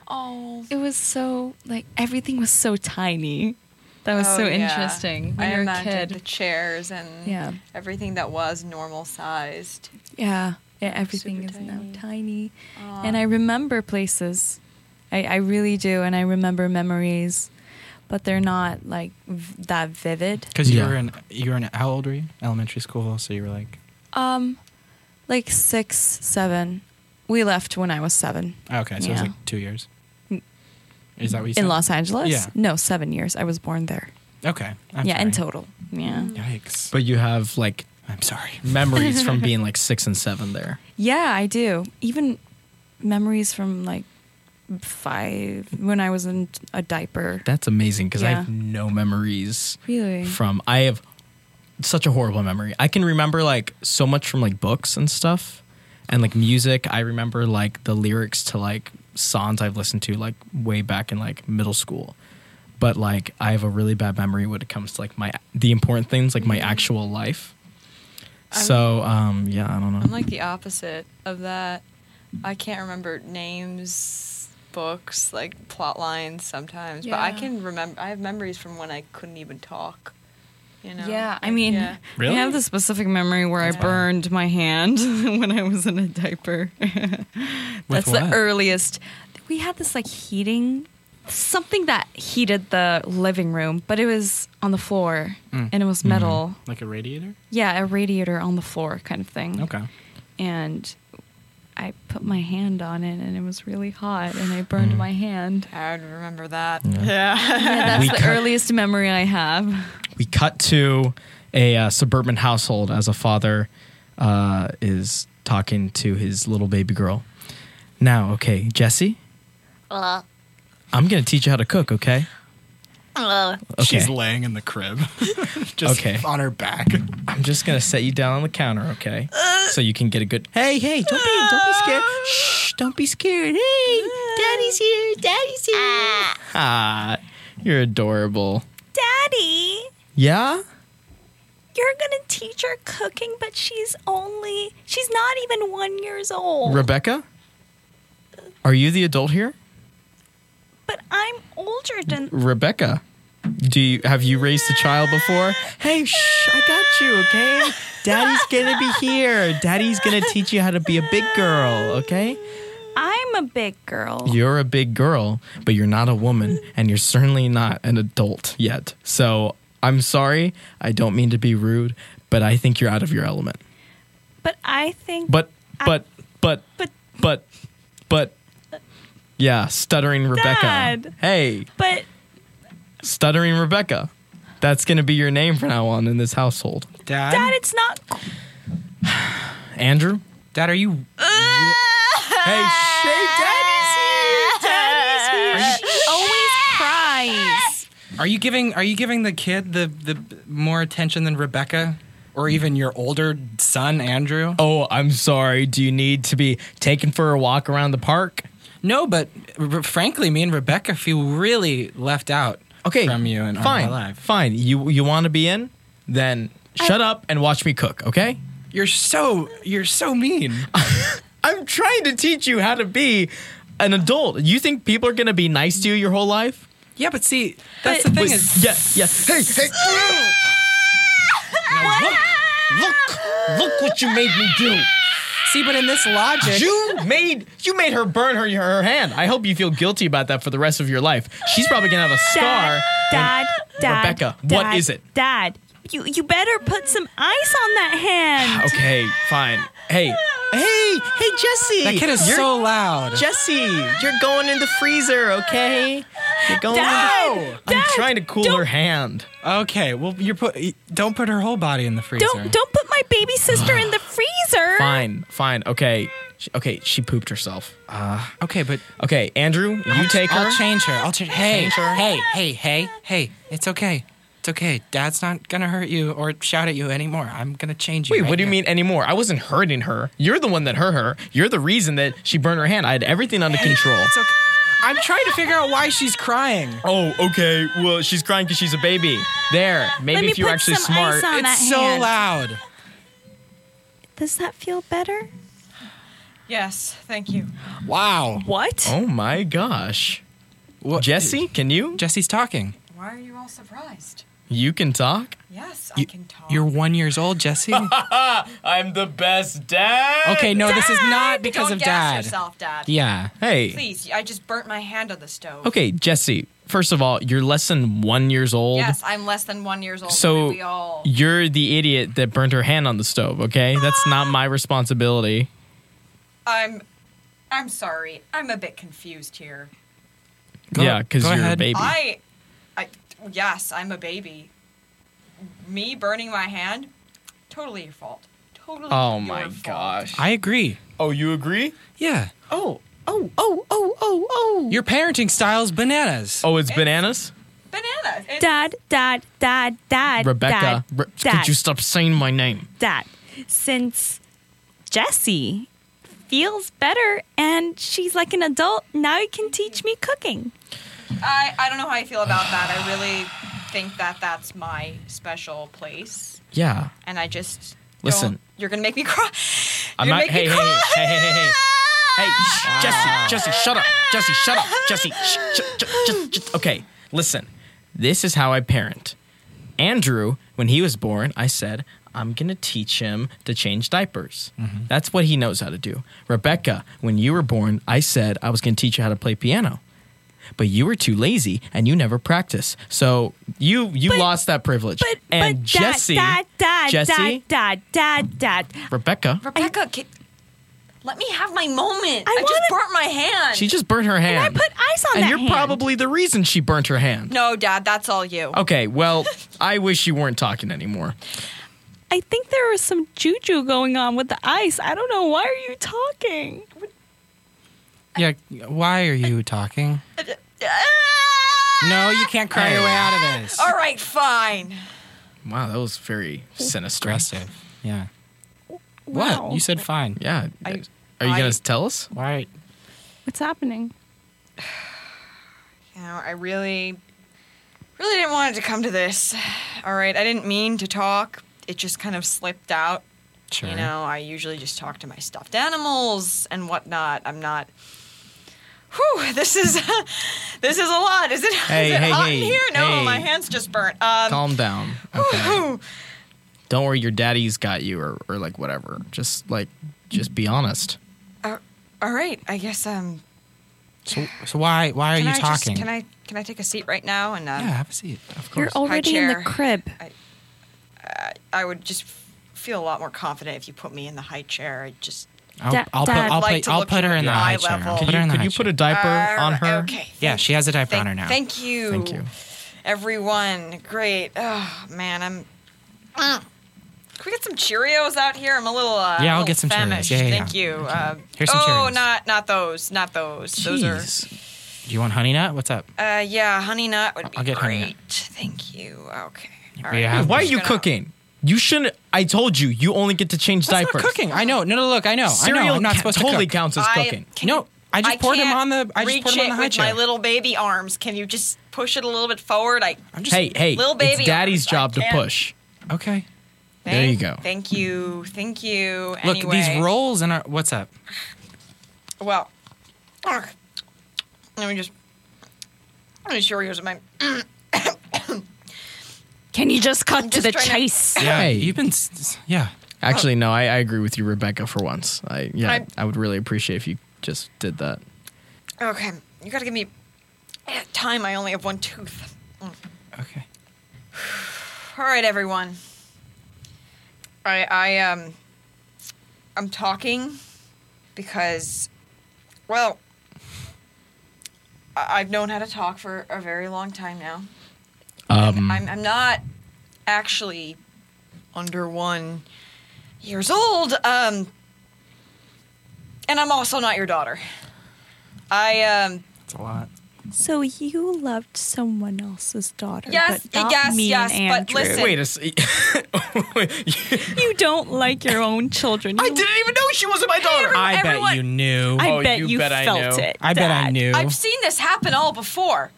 S3: Oh,
S4: it was so like everything was so tiny.
S5: That was
S3: Oh,
S5: so
S3: yeah.
S5: interesting. When
S3: I
S5: you're a
S3: imagined
S5: kid.
S3: the chairs and
S4: Yeah.
S3: everything that was normal sized.
S4: Yeah, yeah. Everything
S3: Super
S4: is now
S3: tiny.
S4: tiny, and I remember places. I, I really do, and I remember memories, but they're not like v- that vivid.
S2: Because you
S1: Yeah.
S2: were in you were in how old were you? Elementary school, so you were like
S4: Um, like six, seven. We left when I was seven
S2: Ah, oh, okay, so it was
S4: Yeah. Mm.
S2: like two years. Is that what you said?
S4: in Los Angeles.
S2: Yeah.
S4: No, seven years. I was born there.
S2: Okay. I'm
S4: yeah, in
S2: sorry.
S4: total. Yeah.
S3: Mm.
S2: Yikes.
S1: But you have like
S2: I'm sorry.
S1: memories from being like six and seven there.
S4: Yeah, I do. Even memories from like five when I was in a diaper.
S1: That's amazing because I
S4: Yeah.
S1: have no memories
S4: Really?
S1: from. I have such a horrible memory. I can remember like so much from like books and stuff and like music. I remember like the lyrics to like songs I've listened to like way back in like middle school. But like I have a really bad memory when it comes to like my the important things like my actual life.
S3: I'm-
S1: so um yeah, I don't know.
S3: I'm like the opposite of that. I can't remember names, books, like plot lines sometimes, but I
S4: Yeah.
S3: can remember. I have memories from when I couldn't even talk. You know?
S4: Yeah, I
S3: Like,
S4: mean,
S3: yeah.
S2: Really?
S4: I have this specific memory where I burned my hand when I was in a diaper.
S2: what?
S4: That's the earliest. We had this like heating, something that heated the living room, but it was on the floor
S2: Mm.
S4: and it was metal.
S2: Like a radiator?
S4: Yeah, a radiator on the floor kind of thing.
S2: Okay.
S4: And I put my hand on it and it was really hot and I burned
S1: Mm.
S4: my hand.
S3: I would remember that.
S4: Yeah, that's
S1: We
S4: the
S1: cut-
S4: earliest memory I have.
S1: we cut to a uh, suburban household as a father uh, is talking to his little baby girl. Now, okay, Jesse,
S6: Uh,
S1: I'm gonna teach you how to cook. Okay,
S6: uh,
S1: okay.
S2: She's laying in the crib. just
S1: Okay.
S2: on her back.
S1: I'm just gonna set you down on the counter. Okay,
S6: Uh.
S1: so you can get a good. Hey, hey, don't be, don't be scared. Shh, don't be scared. Hey,
S6: Uh. Daddy's here. Daddy's here.
S1: ah, you're adorable.
S6: Daddy,
S1: Yeah.
S6: you're gonna teach her cooking, but she's only she's not even one years old.
S1: Rebecca, are you the adult here?
S6: but I'm older than
S1: Rebecca, do you have you raised a child before? Hey, shh, I got you, okay? Daddy's gonna be here. Daddy's gonna teach you how to be a big girl, okay?
S6: I'm a big girl.
S1: You're a big girl, but you're not a woman, and you're certainly not an adult yet. So I'm sorry, I don't mean to be rude, but I think you're out of your element.
S6: But I think
S1: But but but
S6: but
S1: but but yeah, stuttering Rebecca.
S6: Dad.
S1: Hey.
S6: but
S1: Stuttering Rebecca. That's going to be your name from now on in this household.
S2: Dad?
S6: Dad, it's not.
S1: Andrew?
S2: Dad, are you
S1: Hey, shake
S6: Always cries.
S2: Are you giving Are you giving the kid the the more attention than Rebecca, or even your older son Andrew?
S1: Oh, I'm sorry. Do you need to be taken for a walk around the park?
S2: No, but r- frankly, me and Rebecca feel really left out.
S1: Okay.
S2: from you and
S1: fine.
S2: our life.
S1: Fine. You you want to be in? Then shut up and watch me cook, okay?
S2: You're so you're so mean.
S1: I'm trying to teach you how to be an adult. You think people are going to be nice to you your whole life?
S2: yeah, but see, that's the thing is,
S1: Yeah, yeah. Hey, hey. Now look, look, look what you made me do.
S2: see, but in this logic,
S1: You made you made her burn her her hand. I hope you feel guilty about that for the rest of your life. She's probably gonna have a scar.
S6: Dad, Dad, Dad.
S1: Rebecca, what
S6: Dad,
S1: is it?
S6: Dad, you you better put some ice on that hand.
S1: Ah, Okay, fine. Hey, hey, hey, Jesse.
S2: that kid is
S1: You're-
S2: so loud.
S1: Jesse, you're going in the freezer, okay? You're going.
S6: Dad,
S1: in the- I'm trying to cool her hand.
S2: okay, well, you're put. Don't put her whole body in the freezer.
S6: Don't don't put my baby sister in the freezer.
S1: Fine, fine. Okay, She- okay. She pooped herself.
S2: Okay, but
S1: Okay, Andrew, you take her.
S2: I'll change her. I'll change. Hey,
S1: Change her.
S2: hey, hey, hey, hey. It's okay. It's okay. Dad's not gonna hurt you or shout at you anymore. I'm gonna change you.
S1: Wait,
S2: right
S1: what do you
S2: here."
S1: mean anymore? I wasn't hurting her. You're the one that hurt her. You're the reason that she burned her hand. I had everything under control.
S2: It's okay. I'm trying to figure out why she's crying.
S1: Oh, okay. Well, she's crying because she's a baby. There. Maybe
S6: Let me
S1: if you're
S6: put
S1: actually
S6: some
S1: smart.
S6: ice on that
S2: It's so
S6: hand.
S2: loud.
S6: Does that feel better?
S3: Yes, thank you.
S2: Wow.
S5: What?
S1: Oh my gosh.
S2: What-
S1: Jesse, can you?
S2: Jesse's talking.
S3: Why are you all surprised?
S1: You can talk?
S3: Yes, I
S2: You-
S3: can talk.
S2: You're one years old, Jesse.
S1: I'm the best dad.
S2: Okay, no, this is not
S3: Dad,
S2: because
S3: Don't
S2: of
S3: gas
S2: dad.
S3: yourself, Dad.
S2: Yeah.
S1: Hey.
S3: Please, I just burnt my hand on the stove.
S1: Okay, Jesse. First of all, you're less than one years old.
S3: Yes, I'm less than one years old.
S1: So
S3: we all.
S1: you're the idiot that burnt her hand on the stove, okay? That's not my responsibility.
S3: I'm. I'm sorry. I'm a bit confused here.
S2: Go-
S1: yeah, because
S2: go
S1: you're a
S2: ahead.
S1: baby.
S3: I, I, yes, I'm a baby. Me burning my hand, totally your fault. Totally.
S1: oh
S3: your
S1: my
S3: fault.
S1: gosh.
S2: I agree.
S1: oh, you agree?
S2: Yeah.
S1: Oh, oh, oh, oh, oh, oh.
S2: Your parenting style's bananas.
S1: Oh, it's bananas?
S3: Bananas. It's,
S5: Dad, dad, dad, dad.
S1: Rebecca,
S5: Dad,
S1: Re-
S5: dad,
S1: could you stop saying my name?
S5: dad. Since Jessie feels better and she's like an adult, now you can teach me cooking.
S3: I, I don't know how I feel about that. I really think that that's my special place,
S1: Yeah.
S3: and I just
S1: Listen.
S3: don't- You're gonna make me cry.
S1: I'm
S3: You're
S1: not.
S3: making
S1: Hey,
S3: me
S1: hey,
S3: cry.
S1: hey, hey, hey, hey, hey. Hey, shh, Jesse, Jesse, shut up. Jesse, shut up. Jesse, shh, sh- sh- sh- sh- okay, listen. This is how I parent. Andrew, when he was born, I said, I'm going to teach him to change diapers. That's what he knows how to do. Rebecca, when you were born, I said I was going to teach you how to play piano. But you were too lazy and you never practice. So you you lost that privilege.
S5: But
S1: and
S5: but
S1: Jesse,
S5: dad, dad, dad,
S1: Jesse,
S5: dad, dad, dad.
S1: Rebecca,
S3: Rebecca, can, let me have my moment. I,
S5: I
S3: just
S5: wanna-
S3: burnt my hand.
S1: She just burnt her hand.
S5: I put ice on
S1: and
S5: that
S1: you're
S5: hand.
S1: probably the reason she burnt her hand.
S3: no, Dad, that's all you.
S1: Okay, well, I wish you weren't talking anymore.
S5: I think there was some juju going on with the ice. I don't know. Why are you talking?
S2: Yeah. Why are you talking? No, you can't cry your way out of this.
S3: All right, fine.
S1: Wow, that was very sinister.
S2: Aggressive. Yeah.
S5: Wow.
S2: What? You said fine.
S1: Yeah.
S3: I-
S1: Are you
S3: I-
S1: going to tell us?
S2: Why?
S5: What's happening?
S3: You know, I really, really didn't want it to come to this. All right, I didn't mean to talk. It just kind of slipped out.
S2: Sure.
S3: You know, I usually just talk to my stuffed animals and whatnot. I'm not. Whew, this is this is a lot. Is it, is
S1: Hey,
S3: it
S1: hey,
S3: hot in
S1: hey,
S3: here? No,
S1: hey.
S3: my hands just burnt. Um,
S1: Calm down. Okay. Don't worry, your daddy's got you or, or like whatever. Just like, just be honest.
S3: uh, all right, I guess. Um,
S2: So, so why? Why are
S3: can
S2: you
S3: I
S2: talking?
S3: Just, can I can I take a seat right now? And um,
S2: Yeah. Have a seat. Of
S4: You're
S2: course.
S4: already in the
S3: chair.
S4: crib.
S3: I would just f- feel a lot more confident if you put me in the high chair. I just
S2: I'll,
S4: Dad-
S2: I'll put.
S4: Dad-
S2: I'll,
S3: I'd like
S2: put-
S3: to
S2: I'll
S3: look
S2: put
S3: you
S2: her
S3: in
S2: in the
S3: the
S2: high
S3: eye
S2: chair.
S3: level.
S2: I'll
S3: Could
S2: put
S1: Could
S2: her
S1: you,
S2: in the
S1: could
S2: high
S1: you put
S2: chair.
S1: a diaper
S3: Uh,
S1: on her?
S3: Okay.
S2: Yeah, she has a diaper
S3: Thank,
S2: on her now.
S3: Thank you.
S1: Thank you.
S3: Everyone, great. Oh man, I'm. Mm. Can we get some Cheerios out here? I'm a little. Uh,
S2: Yeah, I'll
S3: a little
S2: get some Cheerios.
S3: famished.
S2: Yeah, yeah,
S3: Thank
S2: yeah.
S3: you. Uh,
S2: Here's some
S3: oh,
S2: Cheerios.
S3: not not those, not those. Those
S1: Jeez.
S2: Do you want honey nut? What's up?
S3: are. Uh, yeah, honey nut would be
S2: I'll get honey
S3: great.
S2: nut.
S3: Thank you. Okay.
S2: We
S3: All right.
S2: have-
S1: Why are
S3: just
S1: you
S3: gonna-
S1: cooking? You shouldn't. I told you, you only get to change
S2: That's
S1: diapers.
S2: not cooking. I know. No, no, look, I know.
S1: Cereal
S2: I know. I'm not
S1: ca-
S2: supposed
S1: totally
S2: to cook.
S1: counts as
S3: I-
S1: cooking.
S3: can
S2: No,
S3: you-
S2: I just poured 'em
S3: can't
S2: on the- I just
S3: reach
S2: poured 'em on
S3: it
S2: the high
S3: with
S2: chair.
S3: My little baby arms. Can you just push it a little bit forward? I.
S2: I'm just,
S1: Hey, hey,
S3: Little baby
S1: it's daddy's
S3: arms, I
S1: job to
S3: can't-
S1: push.
S2: Okay.
S1: There you
S3: Thank-
S1: go.
S3: Thank you. Thank you.
S2: Look,
S3: anyway,
S2: these rolls and our what's up?
S3: Well, ugh. let me just. Let me show you here's my.
S5: Can you just cut to
S3: just
S5: the
S3: trying to-
S5: chase?
S2: Yeah,
S1: Hey.
S2: you've been. s- s- Yeah,
S1: Actually, no, I, I agree with you, Rebecca. For once, I yeah,
S3: I'm-
S1: I would really appreciate if you just did that.
S3: Okay, you gotta give me eh, time. I only have one tooth.
S2: okay.
S3: All right, everyone. I I um. I'm talking because, well, I- I've known how to talk for a very long time now.
S1: Um,
S3: I'm, I'm not actually under one years old. Um, and I'm also not your daughter. I um,
S2: That's a lot.
S6: So you loved someone else's daughter.
S3: Yes,
S6: but not
S3: yes,
S6: me and
S3: yes, but
S6: Andrew.
S3: listen-
S1: Wait a se-
S6: You don't like your own children.
S1: I
S6: You-
S1: didn't even know she wasn't my daughter.
S2: I bet
S6: everyone-
S2: you knew.
S6: I
S2: I,
S1: Oh,
S6: bet
S1: you
S6: you,
S1: bet I
S6: felt
S1: knew.
S6: it.
S2: bet I
S6: Dad.
S2: knew.
S3: I've seen this happen all before.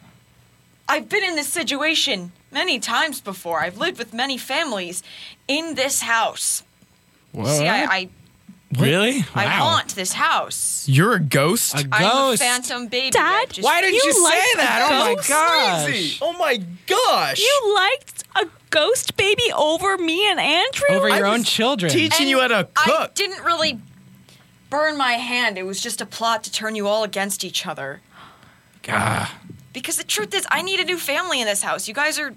S3: I've been in this situation many times before. I've lived with many families in this house. See, I, I,
S2: really?
S3: I haunt this house.
S1: You're a ghost.
S2: A
S3: I'm a
S2: ghost.
S3: phantom baby.
S6: Dad,
S3: that just-
S2: Why did you,
S6: You
S2: say
S6: like
S2: that?
S6: the
S2: Oh my
S6: ghost?
S2: gosh.
S1: Oh my gosh.
S6: You liked a ghost baby over me and Andrew?
S2: Over your
S1: I
S2: own
S1: was
S2: children.
S1: teaching you how to
S3: I
S1: cook.
S3: didn't really burn my hand. It was just a plot to turn you all against each other.
S2: Ah.
S3: Because the truth is, I need a new family in this house. You guys are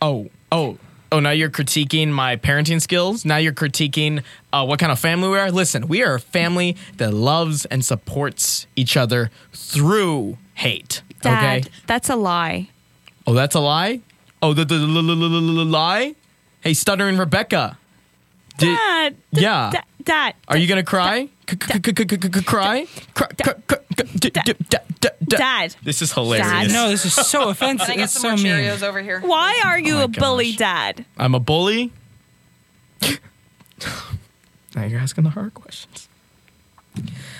S1: oh, oh, oh, now you're critiquing my parenting skills. Now you're critiquing uh, what kind of family we are. Listen, we are a family that loves and supports each other through hate.
S6: Dad,
S1: Okay.
S6: that's a lie.
S1: Oh, that's a lie? Oh, the, the, the, the, the, the, the the lie? Hey, stuttering Rebecca. Did,
S6: Dad. d-
S1: yeah.
S6: d- Dad.
S1: Are you gonna cry? C- c- c- c- c- c- Cry? Cry- c- c- c- d- d- d- d- d-
S6: Dad.
S1: This is
S2: I
S1: hilarious.
S2: know this is so
S3: Can
S2: offensive.
S3: I get
S2: it's
S3: some
S2: so
S3: more
S2: mean.
S3: Cheerios over here?
S6: Why are you
S1: Oh my
S6: a bully,
S1: gosh.
S6: Dad?
S1: I'm a bully. now you're asking the hard questions.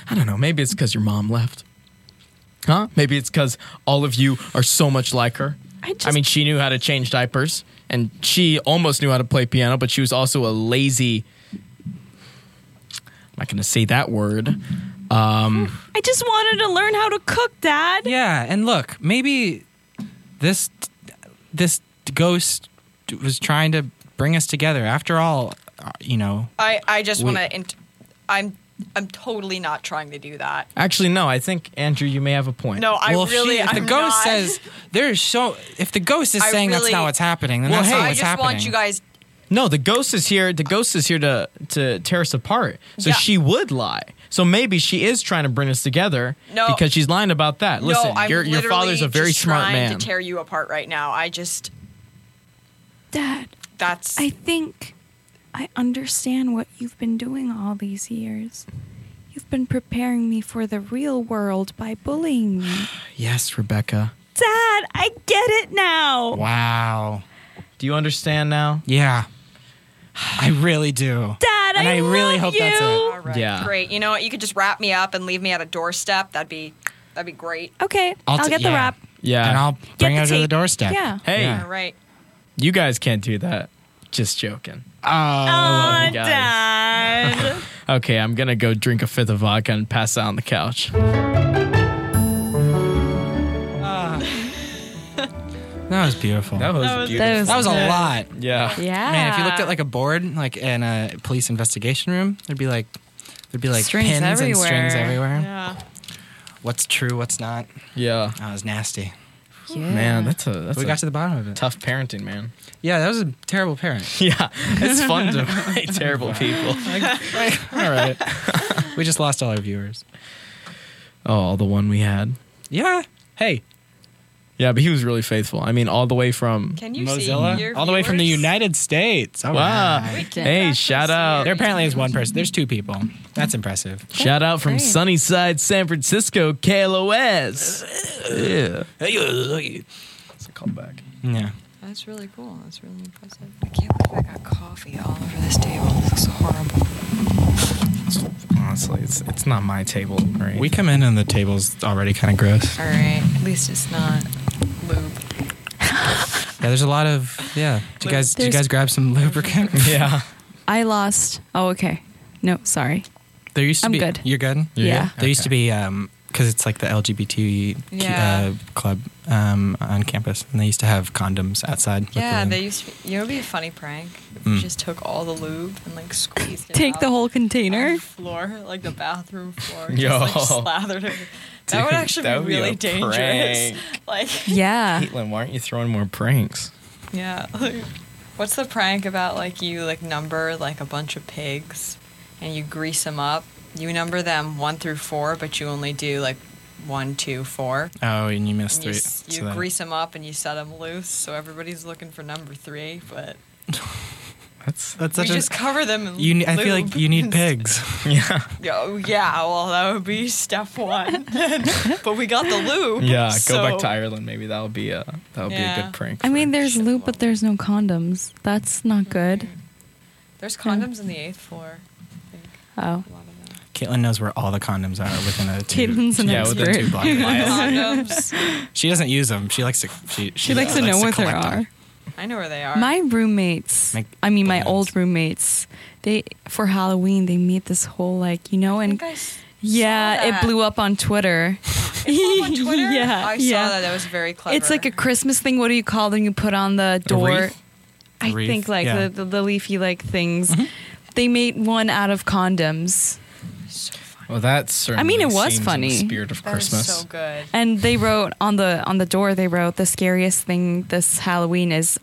S1: I don't know. Maybe it's because your mom left. Huh? Maybe it's because all of you are so much like her.
S6: I just-
S1: I mean, she knew how to change diapers and she almost knew how to play piano, but she was also a lazy. I'm not going to say that word.
S6: I just wanted to learn how to cook, Dad.
S2: Yeah, and look, maybe this this ghost was trying to bring us together. After all, uh, you know,
S3: I, I just want
S2: Wait.
S3: to. Int- I'm I'm totally not trying to do that.
S1: Actually, no, I think, Andrew, you may have a point.
S3: No, I
S2: well, if,
S3: really.
S2: she, if the
S3: I'm
S2: ghost
S3: not.
S2: says there's so, if the ghost is
S3: I
S2: saying that's
S3: really-
S2: not what's happening, then
S1: Well,
S2: that's
S1: hey,
S2: not
S3: I
S2: what's
S3: just
S2: happening.
S3: want you guys.
S1: No, the ghost is here. The ghost is here to to tear us apart. So
S3: Yeah.
S1: she would lie. So maybe she is trying to bring us together
S3: No.
S1: because she's lying about that. Listen,
S3: no, I'm
S1: your your
S3: literally
S1: father's a very
S3: just
S1: smart
S3: trying
S1: man.
S3: to tear you apart right now. I just
S6: Dad,
S3: that's
S6: I think I understand what you've been doing all these years. You've been preparing me for the real world by bullying me.
S1: yes, Rebecca.
S6: Dad, I get it now.
S2: wow.
S1: Do you understand now?
S2: Yeah, I really do.
S6: Dad,
S2: And
S6: I,
S2: I really
S6: love
S2: hope that's
S6: you.
S2: it.
S3: all right.
S1: Yeah.
S3: Great. You know what? You could just wrap me up and leave me at a doorstep. That'd be that'd be great.
S6: Okay,
S2: I'll
S6: I'll,
S2: t-
S6: get the
S2: yeah.
S6: wrap.
S1: Yeah.
S2: And I'll bring
S6: the
S2: her to the
S6: tape.
S2: doorstep.
S6: Yeah.
S1: Hey.
S3: All right.
S1: you guys can't do that. Just joking.
S3: Um,
S2: Oh,
S1: Love you guys.
S6: Dad.
S1: Okay, I'm gonna go drink a fifth of vodka and pass out on the couch.
S2: that was beautiful. That was,
S4: That was,
S2: a lot.
S1: Yeah.
S5: Yeah.
S2: Man, if you looked at like a board, like in a police investigation room, there'd be like, there'd be like
S4: Strings
S2: pins and strings
S4: everywhere.
S2: everywhere.
S3: Yeah.
S2: What's true? What's not?
S1: Yeah.
S2: That was nasty.
S1: Man, that's a that's
S2: we
S1: a
S2: got to the bottom of it.
S1: tough parenting, man.
S2: Yeah, that was a terrible parent.
S1: Yeah. It's fun to play terrible people.
S2: all right, we just lost all our viewers.
S1: Oh, the one we had.
S2: Yeah. Hey,
S1: Yeah, but he was really faithful. I mean, all the way from
S3: Can you
S2: Mozilla,
S3: see your
S2: all the way from the
S3: viewers?
S2: United States. All
S1: Wow.
S2: right.
S1: Hey, shout out.
S2: There apparently is one person. There's two people. That's impressive.
S1: Shout out from
S4: Great.
S1: Sunnyside, San Francisco, KLOS. yeah.
S2: Yeah.
S1: It's a callback.
S3: That's really cool. That's really impressive. I can't believe I got coffee all over this table. This looks horrible.
S1: Honestly, it's it's not my table, right?
S2: We come in and the table's already kind of gross.
S3: All right. At least it's not lube.
S2: Yeah, there's a lot of yeah. Did you guys did you
S4: There's-
S2: guys grab some lubricant?
S1: yeah.
S4: I lost. Oh, okay. No, sorry.
S2: There used to
S4: I'm
S2: be.
S4: good.
S2: You're good.
S4: You're Yeah. good?
S2: There used to be because it's like the LGBT
S3: Yeah.
S2: uh, club um, on campus, and they used to have condoms outside. with
S3: Yeah,
S2: the-
S3: they used to. Be, you know, it'd be a funny prank if
S2: Hmm.
S3: you just took all the lube and like squeezed it.
S4: Take
S3: out
S4: the whole
S3: on
S4: container.
S3: the floor, like the bathroom floor, just
S1: Yo.
S3: like slathered. It. That would
S1: Dude,
S3: actually
S1: that would
S3: be
S1: be a
S3: really dangerous.
S1: prank.
S3: Like,
S4: Yeah.
S1: Caitlin, why aren't you throwing more pranks?
S3: yeah. Like, what's the prank about? Like you like number like a bunch of pigs, and you grease them up. You number them one through four, but you only do like one, two, four.
S2: Oh, and you missed
S3: And you
S2: three.
S3: s- you
S2: so that-
S3: grease them up and you set them loose, so everybody's looking for number three, but.
S1: That's
S2: That's
S3: we
S2: such
S3: just
S2: a.
S3: cover them. In
S2: You, ne- I feel
S3: lube
S2: like you need
S3: and-
S2: pigs.
S1: yeah,
S3: Oh, yeah, well, that would be step one. but we got the lube.
S1: yeah. Go back
S3: so-
S1: to Ireland. Maybe that'll be a that'll be a
S3: Yeah.
S1: good prank.
S4: I mean,
S1: for-
S4: there's
S3: shit
S4: loot,
S3: alone.
S4: but there's no condoms. That's not good.
S3: There's condoms in the eighth floor. I think,
S4: Oh,
S3: a lot of them.
S2: Caitlin knows where all the condoms are within a two.
S4: Caitlin's an
S1: yeah, within
S4: expert.
S1: two block miles.
S3: Condoms.
S2: She doesn't use them. She likes to. She,
S4: She likes to know what there
S2: collect them.
S4: are.
S3: I know where they are.
S4: My roommates,
S2: Make
S4: I mean, my
S2: balloons.
S4: old roommates, they for Halloween they made this whole like you know
S3: I
S4: and
S3: think I s- saw
S4: yeah, it
S3: that.
S4: blew up on Twitter.
S3: It's up on Twitter?
S4: Yeah,
S3: I saw
S4: yeah.
S3: that. That was very clever.
S4: It's like a Christmas thing. What do you call them? You put on the door.
S2: wreath?
S4: I
S2: Wreath,
S4: think like
S2: yeah. Mm-hmm.
S4: the, the the leafy like things. They made one out of condoms,
S1: Well, that certainly.
S4: it was
S1: seems in the
S4: funny.
S1: spirit of
S3: That is
S1: Christmas.
S3: so good.
S4: and they wrote on the on the door. They wrote the scariest thing this Halloween is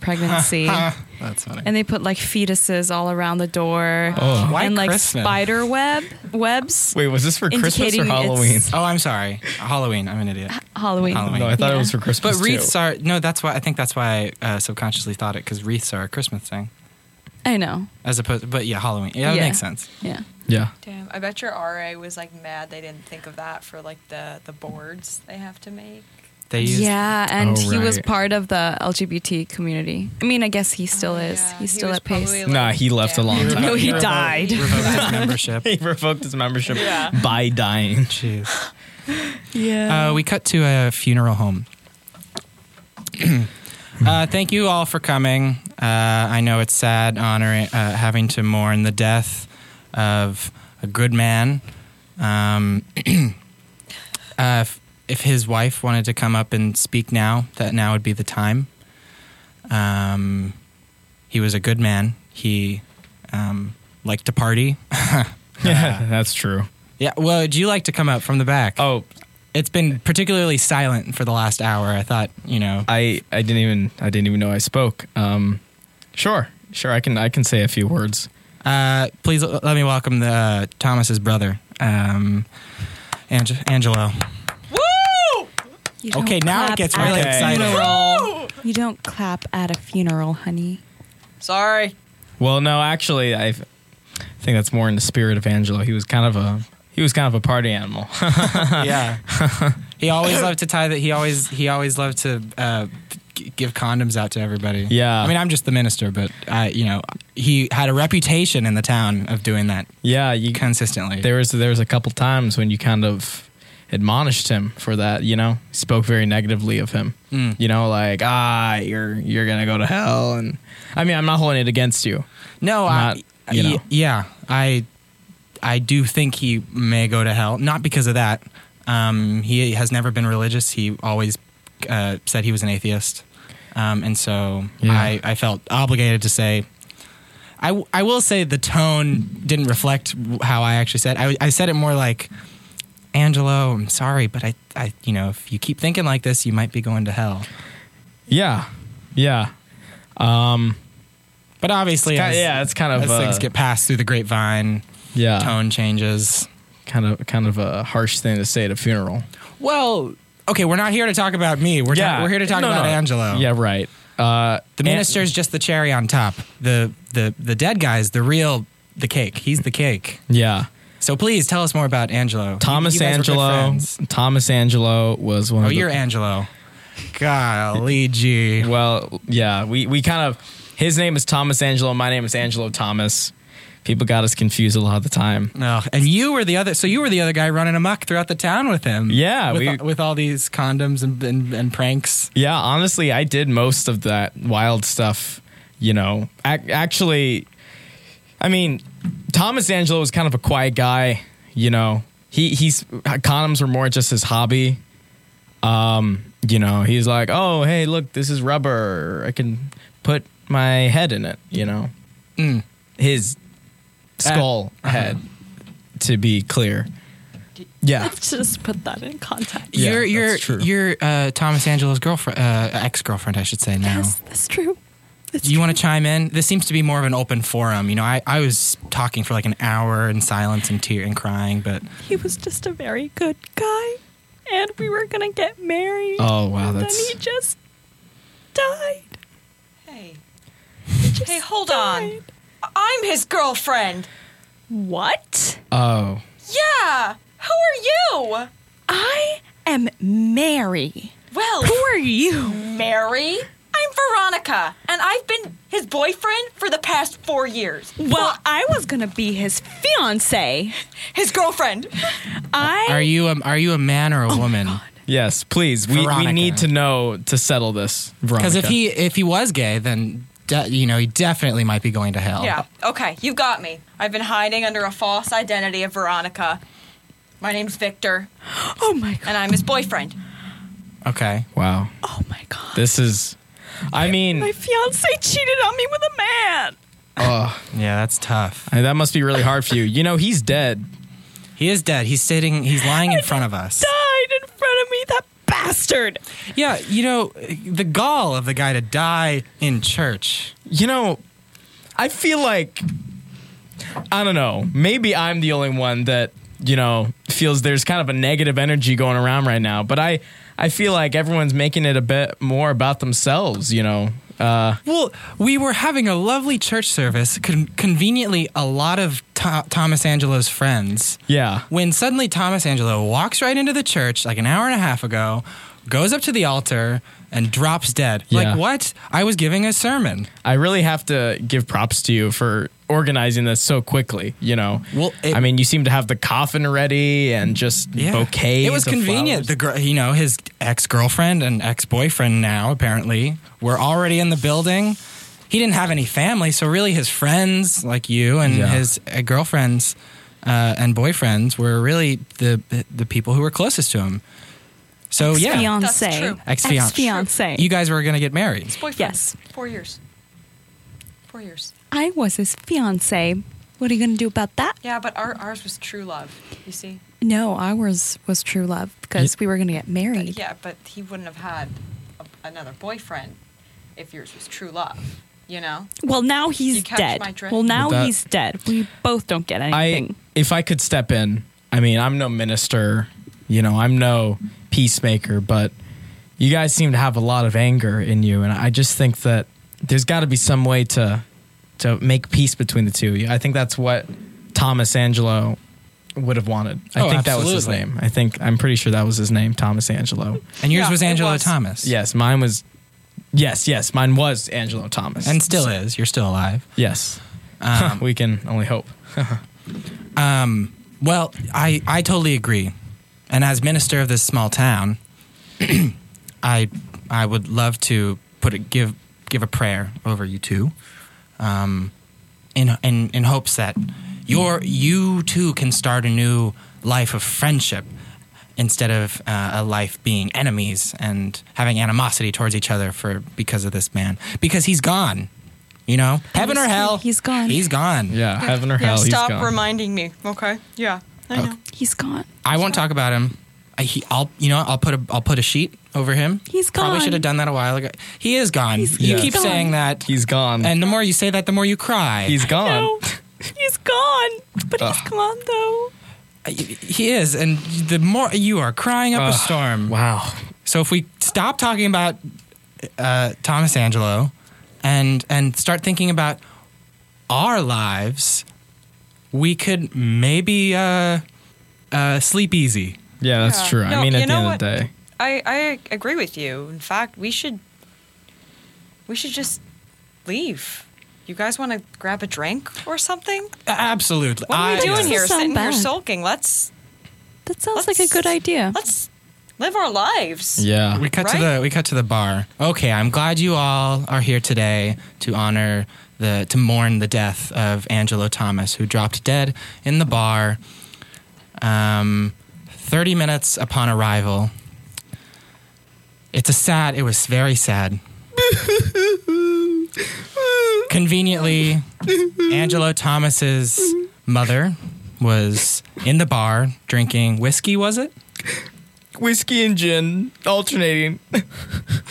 S4: pregnancy.
S2: That's funny.
S4: and they put like fetuses all around the door
S1: Oh.
S2: Why
S4: and like
S2: Christmas?
S4: spider web webs
S1: Wait, was this for Christmas or
S4: Indicating
S1: Halloween?
S4: it's-
S2: oh, I'm sorry. Halloween. I'm an idiot.
S4: Halloween.
S2: Halloween.
S1: No, I thought it
S4: Yeah.
S1: was for Christmas.
S2: But wreaths
S1: too.
S2: are no. That's why I think that's why I uh, subconsciously thought it because wreaths are a Christmas thing
S4: I know.
S2: as opposed. But yeah, Halloween. Yeah, that
S4: Yeah.
S2: makes sense.
S4: Yeah.
S1: Yeah.
S3: Damn, I bet your RA was like mad they didn't think of that for like the the boards they have to make.
S2: They use.
S4: yeah, and
S1: Oh,
S4: he was
S1: right.
S4: part of the LGBT community. I mean, I guess he still
S3: Oh,
S4: is.
S3: yeah.
S4: He's
S3: He
S4: still
S3: was
S4: at Pace.
S3: probably, like,
S1: Nah, he left a
S3: damn.
S1: long time.
S2: No, he
S1: ago.
S4: died.
S2: Revoked his membership.
S1: He revoked his membership
S3: Yeah.
S1: by dying.
S2: Jeez.
S4: yeah.
S2: Uh, we cut to a funeral home. uh, thank you all for coming. Uh, I know it's sad honoring, uh, having to mourn the death of a good man. Um, uh, if, if his wife wanted to come up and speak now, that now would be the time. Um, he was a good man. He um, liked to party.
S1: Yeah, that's true.
S2: Yeah. Well, do you like to come up from the back?
S1: Oh,
S2: It's been particularly silent for the last hour. I thought, you know,
S1: I I didn't even I didn't even know I spoke. Um, sure, sure. I can I can say a few words.
S2: uh, please l- let me welcome the uh, Thomas's brother, um, Ange- Angelo.
S4: You don't
S2: Okay, now it
S4: clap
S2: gets
S4: at
S2: really
S4: a
S1: Okay.
S2: exciting.
S4: funeral. You don't clap at a funeral, honey.
S3: Sorry.
S1: Well, no, actually, I think that's more in the spirit of Angelo. He was kind of a he was kind of a party animal.
S2: yeah, he always loved to tie that. He always he always loved to uh, g- give condoms out to everybody.
S1: Yeah.
S2: I mean, I'm just the minister, but I, you know, he had a reputation in the town of doing that
S1: yeah, you
S2: consistently.
S1: there was there was a couple times when you kind of admonished him for that. You know, spoke very negatively of him.
S2: Mm.
S1: You know, like ah, you're you're gonna go to hell. And I mean, I'm not holding it against you.
S2: No, I,
S1: Not, you
S2: y-
S1: know.
S2: yeah, I, I do think he may go to hell, not because of that. Um, he has never been religious. He always uh, said he was an atheist, um, and so
S1: Yeah.
S2: I, I felt obligated to say. I, w- I will say the tone didn't reflect how I actually said. I, I said it more like, Angelo, I'm sorry, but I, I, you know, if you keep thinking like this, you might be going to hell.
S1: Yeah, yeah. Um,
S2: But obviously,
S1: ki-
S2: as,
S1: yeah, it's kind
S2: as
S1: of
S2: things
S1: uh,
S2: get passed through the grapevine,
S1: yeah.
S2: tone changes.
S1: kind of kind of a harsh thing to say at a funeral.
S2: Well, okay, we're not here to talk about me. We're ta- we're here to talk
S1: No,
S2: about
S1: no.
S2: Angelo.
S1: Yeah, right. Uh,
S2: the minister's just the cherry on top. The the the dead guy's the real the cake. He's the cake.
S1: and- yeah,
S2: So please tell us more about Angelo. You-
S1: Thomas
S2: you guys were good
S1: Angelo.
S2: friends.
S1: Thomas Angelo was one
S2: Oh,
S1: of the,
S2: you're Angelo. Golly gee.
S1: Well, yeah, we we kind of his name is Thomas Angelo. My name is Angelo Thomas. People got us confused a lot of the time.
S2: No, and you were the other. So you were the other guy running amok throughout the town with him.
S1: Yeah,
S2: with,
S1: we-
S2: with all these condoms and, and, and pranks.
S1: Yeah, honestly, I did most of that wild stuff. You know, Ac actually, I mean, Thomas Angelo was kind of a quiet guy. You know, he he's condoms were more just his hobby. Um, you know, he's like, oh hey, look, this is rubber. I can put my head in it. You know,
S2: Mm.
S1: his skull head, to be clear. Yeah,
S6: Just put that in context.
S1: Yeah,
S2: you're you're
S1: that's true.
S2: you're uh, Thomas Angelo's girlfriend, uh, ex girlfriend, I should say now.
S6: Yes, that's true.
S2: Do you want to chime in? This seems to be more of an open forum. You know, I, I was talking for like an hour in silence and tear and crying, but
S6: He was just a very good guy, and we were gonna get married.
S1: Oh, wow,
S6: and
S1: that's-
S6: then he just died.
S3: Hey. Hey, hold on. I'm his girlfriend.
S5: What?
S1: Oh.
S3: Yeah. Who are you?
S5: I am Mary.
S3: Well,
S5: Who are you?
S3: Mary. I'm Veronica, and I've been his boyfriend for the past four years.
S5: Well, I was gonna be his fiance.
S3: His girlfriend.
S5: I
S2: Are you a, are you a man
S5: Oh
S2: or a woman?
S1: Yes, please. We, we
S2: Veronica.
S1: need to know to settle this, Veronica.
S2: Because if he if he was gay, then de- you know he definitely might be going to hell.
S3: Yeah. Okay, you got me. I've been hiding under a false identity of Veronica. My name's Victor,
S5: oh my god.
S3: and I'm his boyfriend.
S2: Okay.
S1: Wow.
S5: Oh my god.
S1: This is. I mean,
S5: My fiance cheated on me with a man.
S2: Yeah, that's tough.
S1: that must be really hard for you. You know, he's dead.
S2: He is dead. He's sitting. He's lying in front of us.
S5: Died in front of me, that bastard.
S2: Yeah, you know the gall of the guy to die in church.
S1: You know, I feel like I don't know. Maybe I'm the only one that you know feels there's kind of a negative energy going around right now. But I I feel like everyone's making it a bit more about themselves. You know. Uh,
S2: Well, we were having a lovely church service. Con- conveniently, a lot of Tho- Thomas Angelo's friends.
S1: yeah.
S2: When suddenly Thomas Angelo walks right into the church like an hour and a half ago, goes up to the altar and drops dead.
S1: Yeah.
S2: Like what? I was giving a sermon.
S1: I really have to give props to you for organizing this so quickly. You know.
S2: Well, it-
S1: I mean, you seem to have the coffin ready and just bouquets.
S2: It was
S1: of
S2: convenient. The
S1: flowers.
S2: gr- you know his ex girlfriend and ex boyfriend now apparently were already in the building. He didn't have any family, so really his friends like you and
S1: Yeah.
S2: his uh, girlfriends uh, and boyfriends were really the the people who were closest to him. So Oh, yeah,
S5: Fiance.
S3: That's true.
S2: Ex-fiance.
S5: Ex-fiance.
S2: you guys were gonna get married.
S3: Boyfriend.
S5: Yes.
S3: Four years. Four years.
S5: I was his fiance. What are you gonna do about that?
S3: Yeah, but our, ours was true love. You see.
S4: No, ours was true love because we were going to get married.
S3: Yeah, but he wouldn't have had a, another boyfriend if yours was true love. You know.
S5: Well, now
S3: You
S5: he's
S3: catch
S5: dead.
S3: my drift?
S5: Well, now
S1: But that-
S5: he's dead. We both don't get
S1: I
S5: anything.
S1: if I could step in, I mean, I'm no minister, you know, I'm no peacemaker, but you guys seem to have a lot of anger in you and I just think that there's got to be some way to to make peace between the two of you. I think that's what Thomas Angelo would have wanted. I
S2: Oh,
S1: think that was his
S2: absolutely.
S1: name. I think I'm pretty sure that was his name, Thomas Angelo.
S2: And yours
S3: Yeah,
S2: was
S3: it
S2: Angelo
S3: was.
S2: Thomas.
S1: Yes, mine was Yes, yes, mine was Angelo Thomas.
S2: and still is. You're still alive.
S1: Yes.
S2: Um,
S1: we can only hope.
S2: Um, well, I, I totally agree. And as minister of this small town, I I would love to put a, give give a prayer over you two, um, in in in hopes that your you too can start a new life of friendship instead of uh, a life being enemies and having animosity towards each other for because of this man because he's gone, you know, heaven or hell,
S4: He's gone.
S2: he's gone.
S1: Yeah, heaven or
S3: Yeah,
S1: hell. he's
S3: stop
S1: gone.
S3: reminding me. Okay. Yeah. I know.
S4: He's gone.
S2: I won't talk about him. I, he, I'll, you know, I'll put a, I'll put a sheet over him.
S4: He's
S2: Probably
S4: gone.
S2: should have done that a while ago. He is gone. you
S1: he's
S2: keep
S1: gone.
S2: saying that,
S1: He's gone.
S2: and the more you say that, the more you cry.
S1: He's gone.
S5: No, he's gone. But he's gone though.
S2: he is, and the more you are crying up
S1: Ugh.
S2: a storm.
S1: Wow.
S2: So if we stop talking about uh, Thomas Angelo, and and start thinking about our lives, we could maybe uh, uh, sleep easy.
S1: Yeah, that's
S3: Yeah.
S1: true.
S3: No,
S1: I mean,
S3: you
S1: at the
S3: know
S1: end
S3: what?
S1: of the day,
S3: I, I agree with you. In fact, we should we should just leave. You guys want to grab a drink or something?
S2: Absolutely.
S3: What are we
S2: I-
S3: doing here?
S4: Doesn't
S3: Sitting here
S4: sound bad.
S3: sulking. Let's
S4: That sounds
S3: Let's-
S4: like a good idea.
S3: let's live our lives.
S1: yeah,
S2: We cut to
S3: Right?
S2: the we cut to the bar. Okay, I'm glad you all are here today to honor the to mourn the death of Angelo Thomas, who dropped dead in the bar. Um, thirty minutes upon arrival. It's a sad. It was very sad. Conveniently, Angelo Thomas's mother was in the bar drinking whiskey. Was it?
S1: whiskey and gin alternating.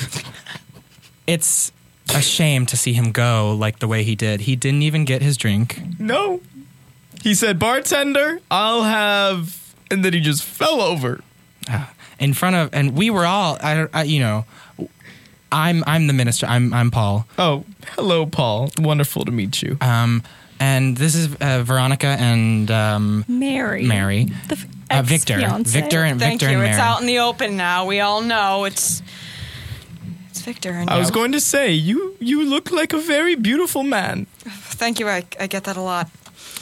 S2: it's a shame to see him go like the way he did. He didn't even get his drink.
S1: no, he said, "Bartender, I'll have," and then he just fell over.
S2: in front of and we were all I, don't- I you know I'm I'm the minister. I'm I'm Paul.
S1: Oh, hello, Paul. Wonderful to meet you.
S2: Um, and this is uh, Veronica and um,
S5: Mary.
S2: Mary.
S5: The f-
S2: Uh, Victor.
S5: ex-fiancé.
S2: Victor and
S3: Thank
S2: Victor
S3: you.
S2: and Mary.
S3: It's out in the open now. We all know it's it's Victor. And
S1: I was going to say you you look like a very beautiful man.
S3: Thank you. I, I get that a lot.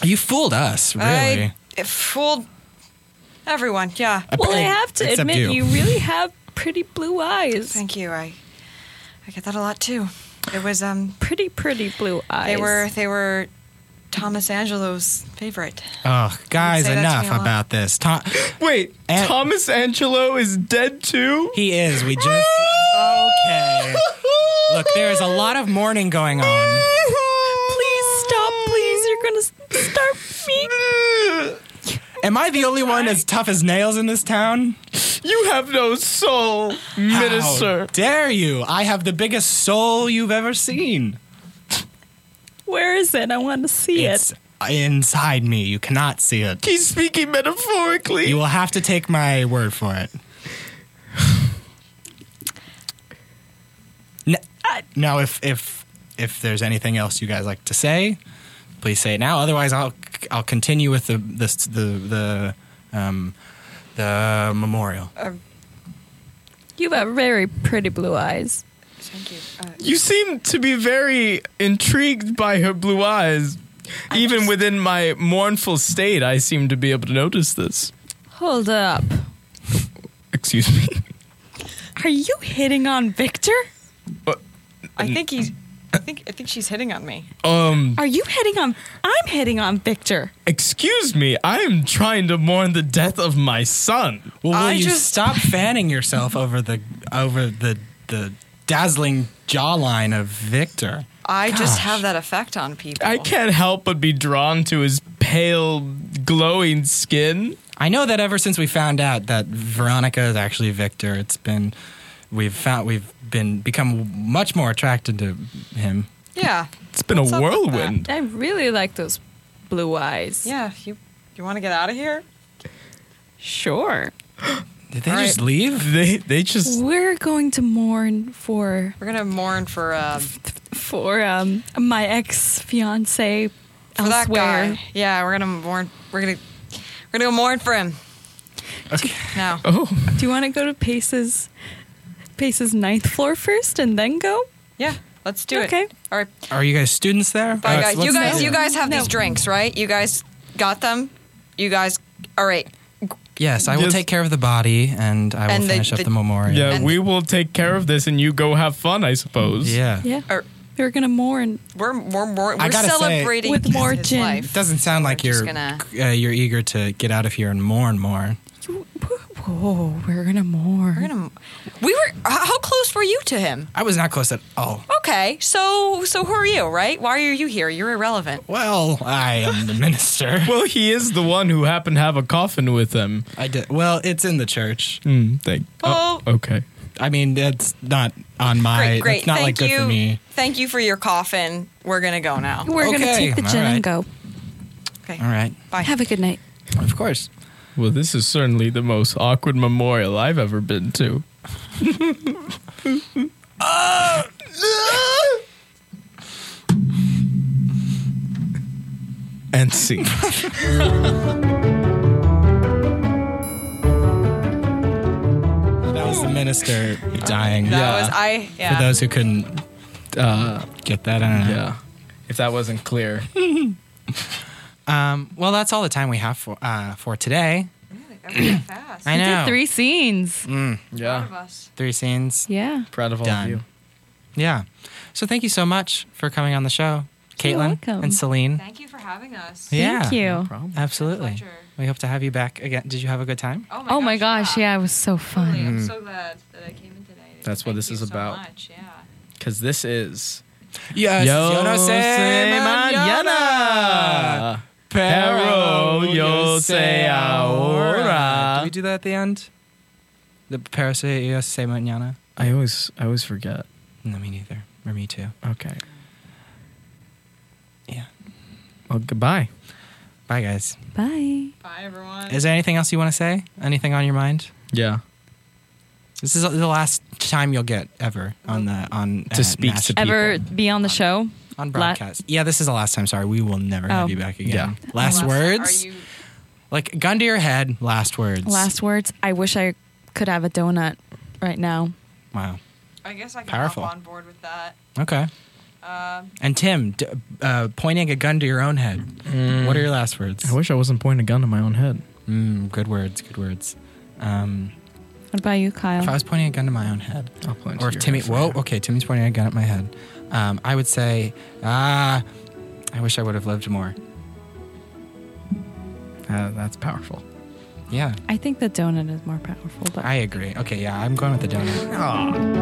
S2: You fooled us, really.
S3: I fooled everyone. Yeah.
S5: Well, I have to
S2: Except
S5: admit,
S2: you.
S5: you. really have pretty blue eyes.
S3: Thank you. I I get that a lot too. It was um
S5: Pretty, pretty blue eyes.
S3: they were they were Thomas Angelo's favorite.
S2: Oh, guys,
S3: say that to
S2: enough
S3: me a lot.
S2: about this. Tom-
S1: Wait,
S2: And-
S1: Thomas Angelo is dead too.
S2: he is. We just okay. Look, there is a lot of mourning going on.
S5: Please stop, please. You're going to start me.
S2: Am I the only one as tough as nails in this town?
S1: You have no soul,
S2: How
S1: minister.
S2: dare you? I have the biggest soul you've ever seen.
S5: Where is it? I want to see
S2: It's inside me. You cannot see it.
S1: He's speaking metaphorically.
S2: You will have to take my word for it. N- Now, if if if there's anything else you guys like to say, please say it now. Otherwise, I'll I'll continue with the the the the, um, the memorial.
S5: it. You have very pretty blue eyes.
S3: Thank you. Uh,
S1: You seem to be very intrigued by her blue eyes. Even within my mournful state, I seem to be able to notice this.
S5: Hold up.
S1: Excuse me.
S4: Are you hitting on Victor?
S1: Uh,
S3: I think he's I think I think she's hitting on me.
S1: Um,
S4: Are you hitting on? I'm hitting on Victor.
S1: excuse me. I am trying to mourn the death of my son.
S2: Well, will
S3: I
S2: you
S3: just-
S2: stop fanning yourself over the over the the dazzling jawline of Victor?
S3: I just
S2: Gosh.
S3: have that effect on people.
S1: I can't help but be drawn to his pale, glowing skin.
S2: I know that ever since we found out that Veronica is actually Victor, it's been we've found we've been become much more attracted to him.
S3: Yeah.
S1: It's been
S3: What's
S1: a
S3: up with that?
S1: whirlwind.
S5: I really like those blue eyes.
S3: Yeah. You you want to get out of here?
S5: Sure.
S2: Did they
S3: All
S2: just leave?
S1: They they just
S4: We're going to mourn for
S3: We're gonna mourn for uh
S4: for um my ex fiance
S3: for that
S4: elsewhere.
S3: guy. Yeah. We're gonna mourn. We're gonna we're gonna go mourn for him.
S2: Okay.
S3: Now.
S1: oh
S4: Do you want to go to Pace's Pace's ninth floor first and then go?
S3: Yeah. Let's do it.
S4: Okay.
S3: All right.
S2: Are you guys students there?
S3: Bye,
S2: Uh,
S3: guys.
S2: let's-
S3: You guys,
S2: let's-
S3: you guys have these drinks, right? You guys got them. You guys, all right.
S2: Yes, I will
S1: Yes.
S2: take care of the body and I will
S3: And the-
S2: finish up
S3: the-
S2: the memorial.
S1: yeah.
S3: And-
S1: We will take care of this, and you go have fun, I suppose.
S2: Yeah.
S4: Yeah.
S3: Or-
S4: We're gonna mourn.
S3: Uh, We're we're we're,
S2: I
S3: we're
S2: gotta say-
S3: celebrating
S4: With more
S3: his
S4: gin.
S2: It
S3: life.
S2: doesn't sound like
S3: We're
S2: you're
S3: just gonna-
S2: uh, you're eager to get out of here and mourn more.
S4: Whoa, we're gonna mourn.
S3: We're gonna. We were. h- How close were you to him?
S2: I was not close at all.
S3: Okay, so so who are you? Right? Why are you here? You're irrelevant.
S2: Well, I am the minister.
S1: Well, he is the one who happened to have a coffin with him.
S2: I did. Well, it's in the church.
S1: Mm, thank.
S3: Oh.
S1: okay.
S2: I mean, that's not on my.
S3: Great, great.
S2: That's not
S3: Thank
S2: like
S3: you.
S2: good for me.
S3: Thank you for your coffin. We're gonna go now.
S4: We're gonna
S2: Okay,
S4: take the gin
S2: all right.
S4: and go.
S3: Okay.
S2: All right.
S3: Bye.
S4: Have a good night.
S2: Of course.
S1: Well, this is certainly the most awkward memorial I've ever been to. and scene.
S2: That was the minister dying.
S3: that
S1: yeah.
S3: was I. Yeah.
S2: For those who couldn't uh, get that, I don't know.
S1: Yeah. If that wasn't clear.
S2: Um, well, that's all the time we have for uh, for today.
S3: That was fast.
S2: I know.
S4: Three scenes.
S3: Proud of
S1: Yeah.
S3: us.
S2: Three scenes.
S4: Yeah.
S1: Proud of all
S2: Done.
S1: of you.
S2: Yeah. So thank you so much for coming on the show, Caitlin
S4: welcome.
S2: and Celine.
S3: Thank you for having us.
S2: yeah.
S4: Thank you.
S1: Problem.
S2: Absolutely.
S3: Pleasure.
S2: We hope to have you back again. Did you have a good time?
S3: Oh my,
S4: Oh my gosh, yeah, it was so fun.
S3: Really, I'm so glad that I came in today.
S1: Mm. That's what
S3: Thank
S1: this
S3: you
S1: is
S3: so
S1: about.
S3: much, Yeah.
S1: Because this is.
S2: Yes.
S1: Yo se mañana. Pero yo sé ahora.
S2: Do we do that at the end? The Pero yo se mañana?
S1: I always, I always forget.
S2: No, me neither. Or me too.
S1: Okay.
S2: Yeah.
S1: Well, goodbye.
S2: Bye, guys.
S4: Bye.
S3: Bye, everyone.
S2: Is there anything else you want to say? Anything on your mind?
S1: Yeah.
S2: This is the last time you'll get ever on the on uh,
S1: To speak to
S4: Ever
S1: People.
S4: be on the show?
S2: on broadcast. yeah, this is the last time. Sorry, we will never have
S4: Oh.
S2: you back again.
S1: Yeah.
S2: Last,
S3: Last-
S2: words,
S3: Are you
S2: like gun to your head. Last words.
S4: Last words. I wish I could have a donut right now.
S2: Wow.
S3: I guess I can
S2: Powerful.
S3: hop on board with that.
S2: Okay.
S3: Um,
S2: And Tim, d- uh, pointing a gun to your own head. What are your last words?
S1: Mm. I wish I wasn't pointing a gun to my own head.
S2: Mm, good words. Good words. Um,
S4: What about you, Kyle?
S2: if I was pointing a gun to my own head,
S1: I'll point
S2: or
S1: to
S2: if
S1: your
S2: Timmy,
S1: head for
S2: whoa,
S1: now.
S2: okay, Timmy's pointing a gun at my head. Um, I would say, ah, I wish I would have lived more.
S1: Uh, that's powerful.
S2: Yeah,
S4: I think the donut is more powerful, but
S2: I agree. Okay, yeah, I'm going with the donut.
S1: Aw.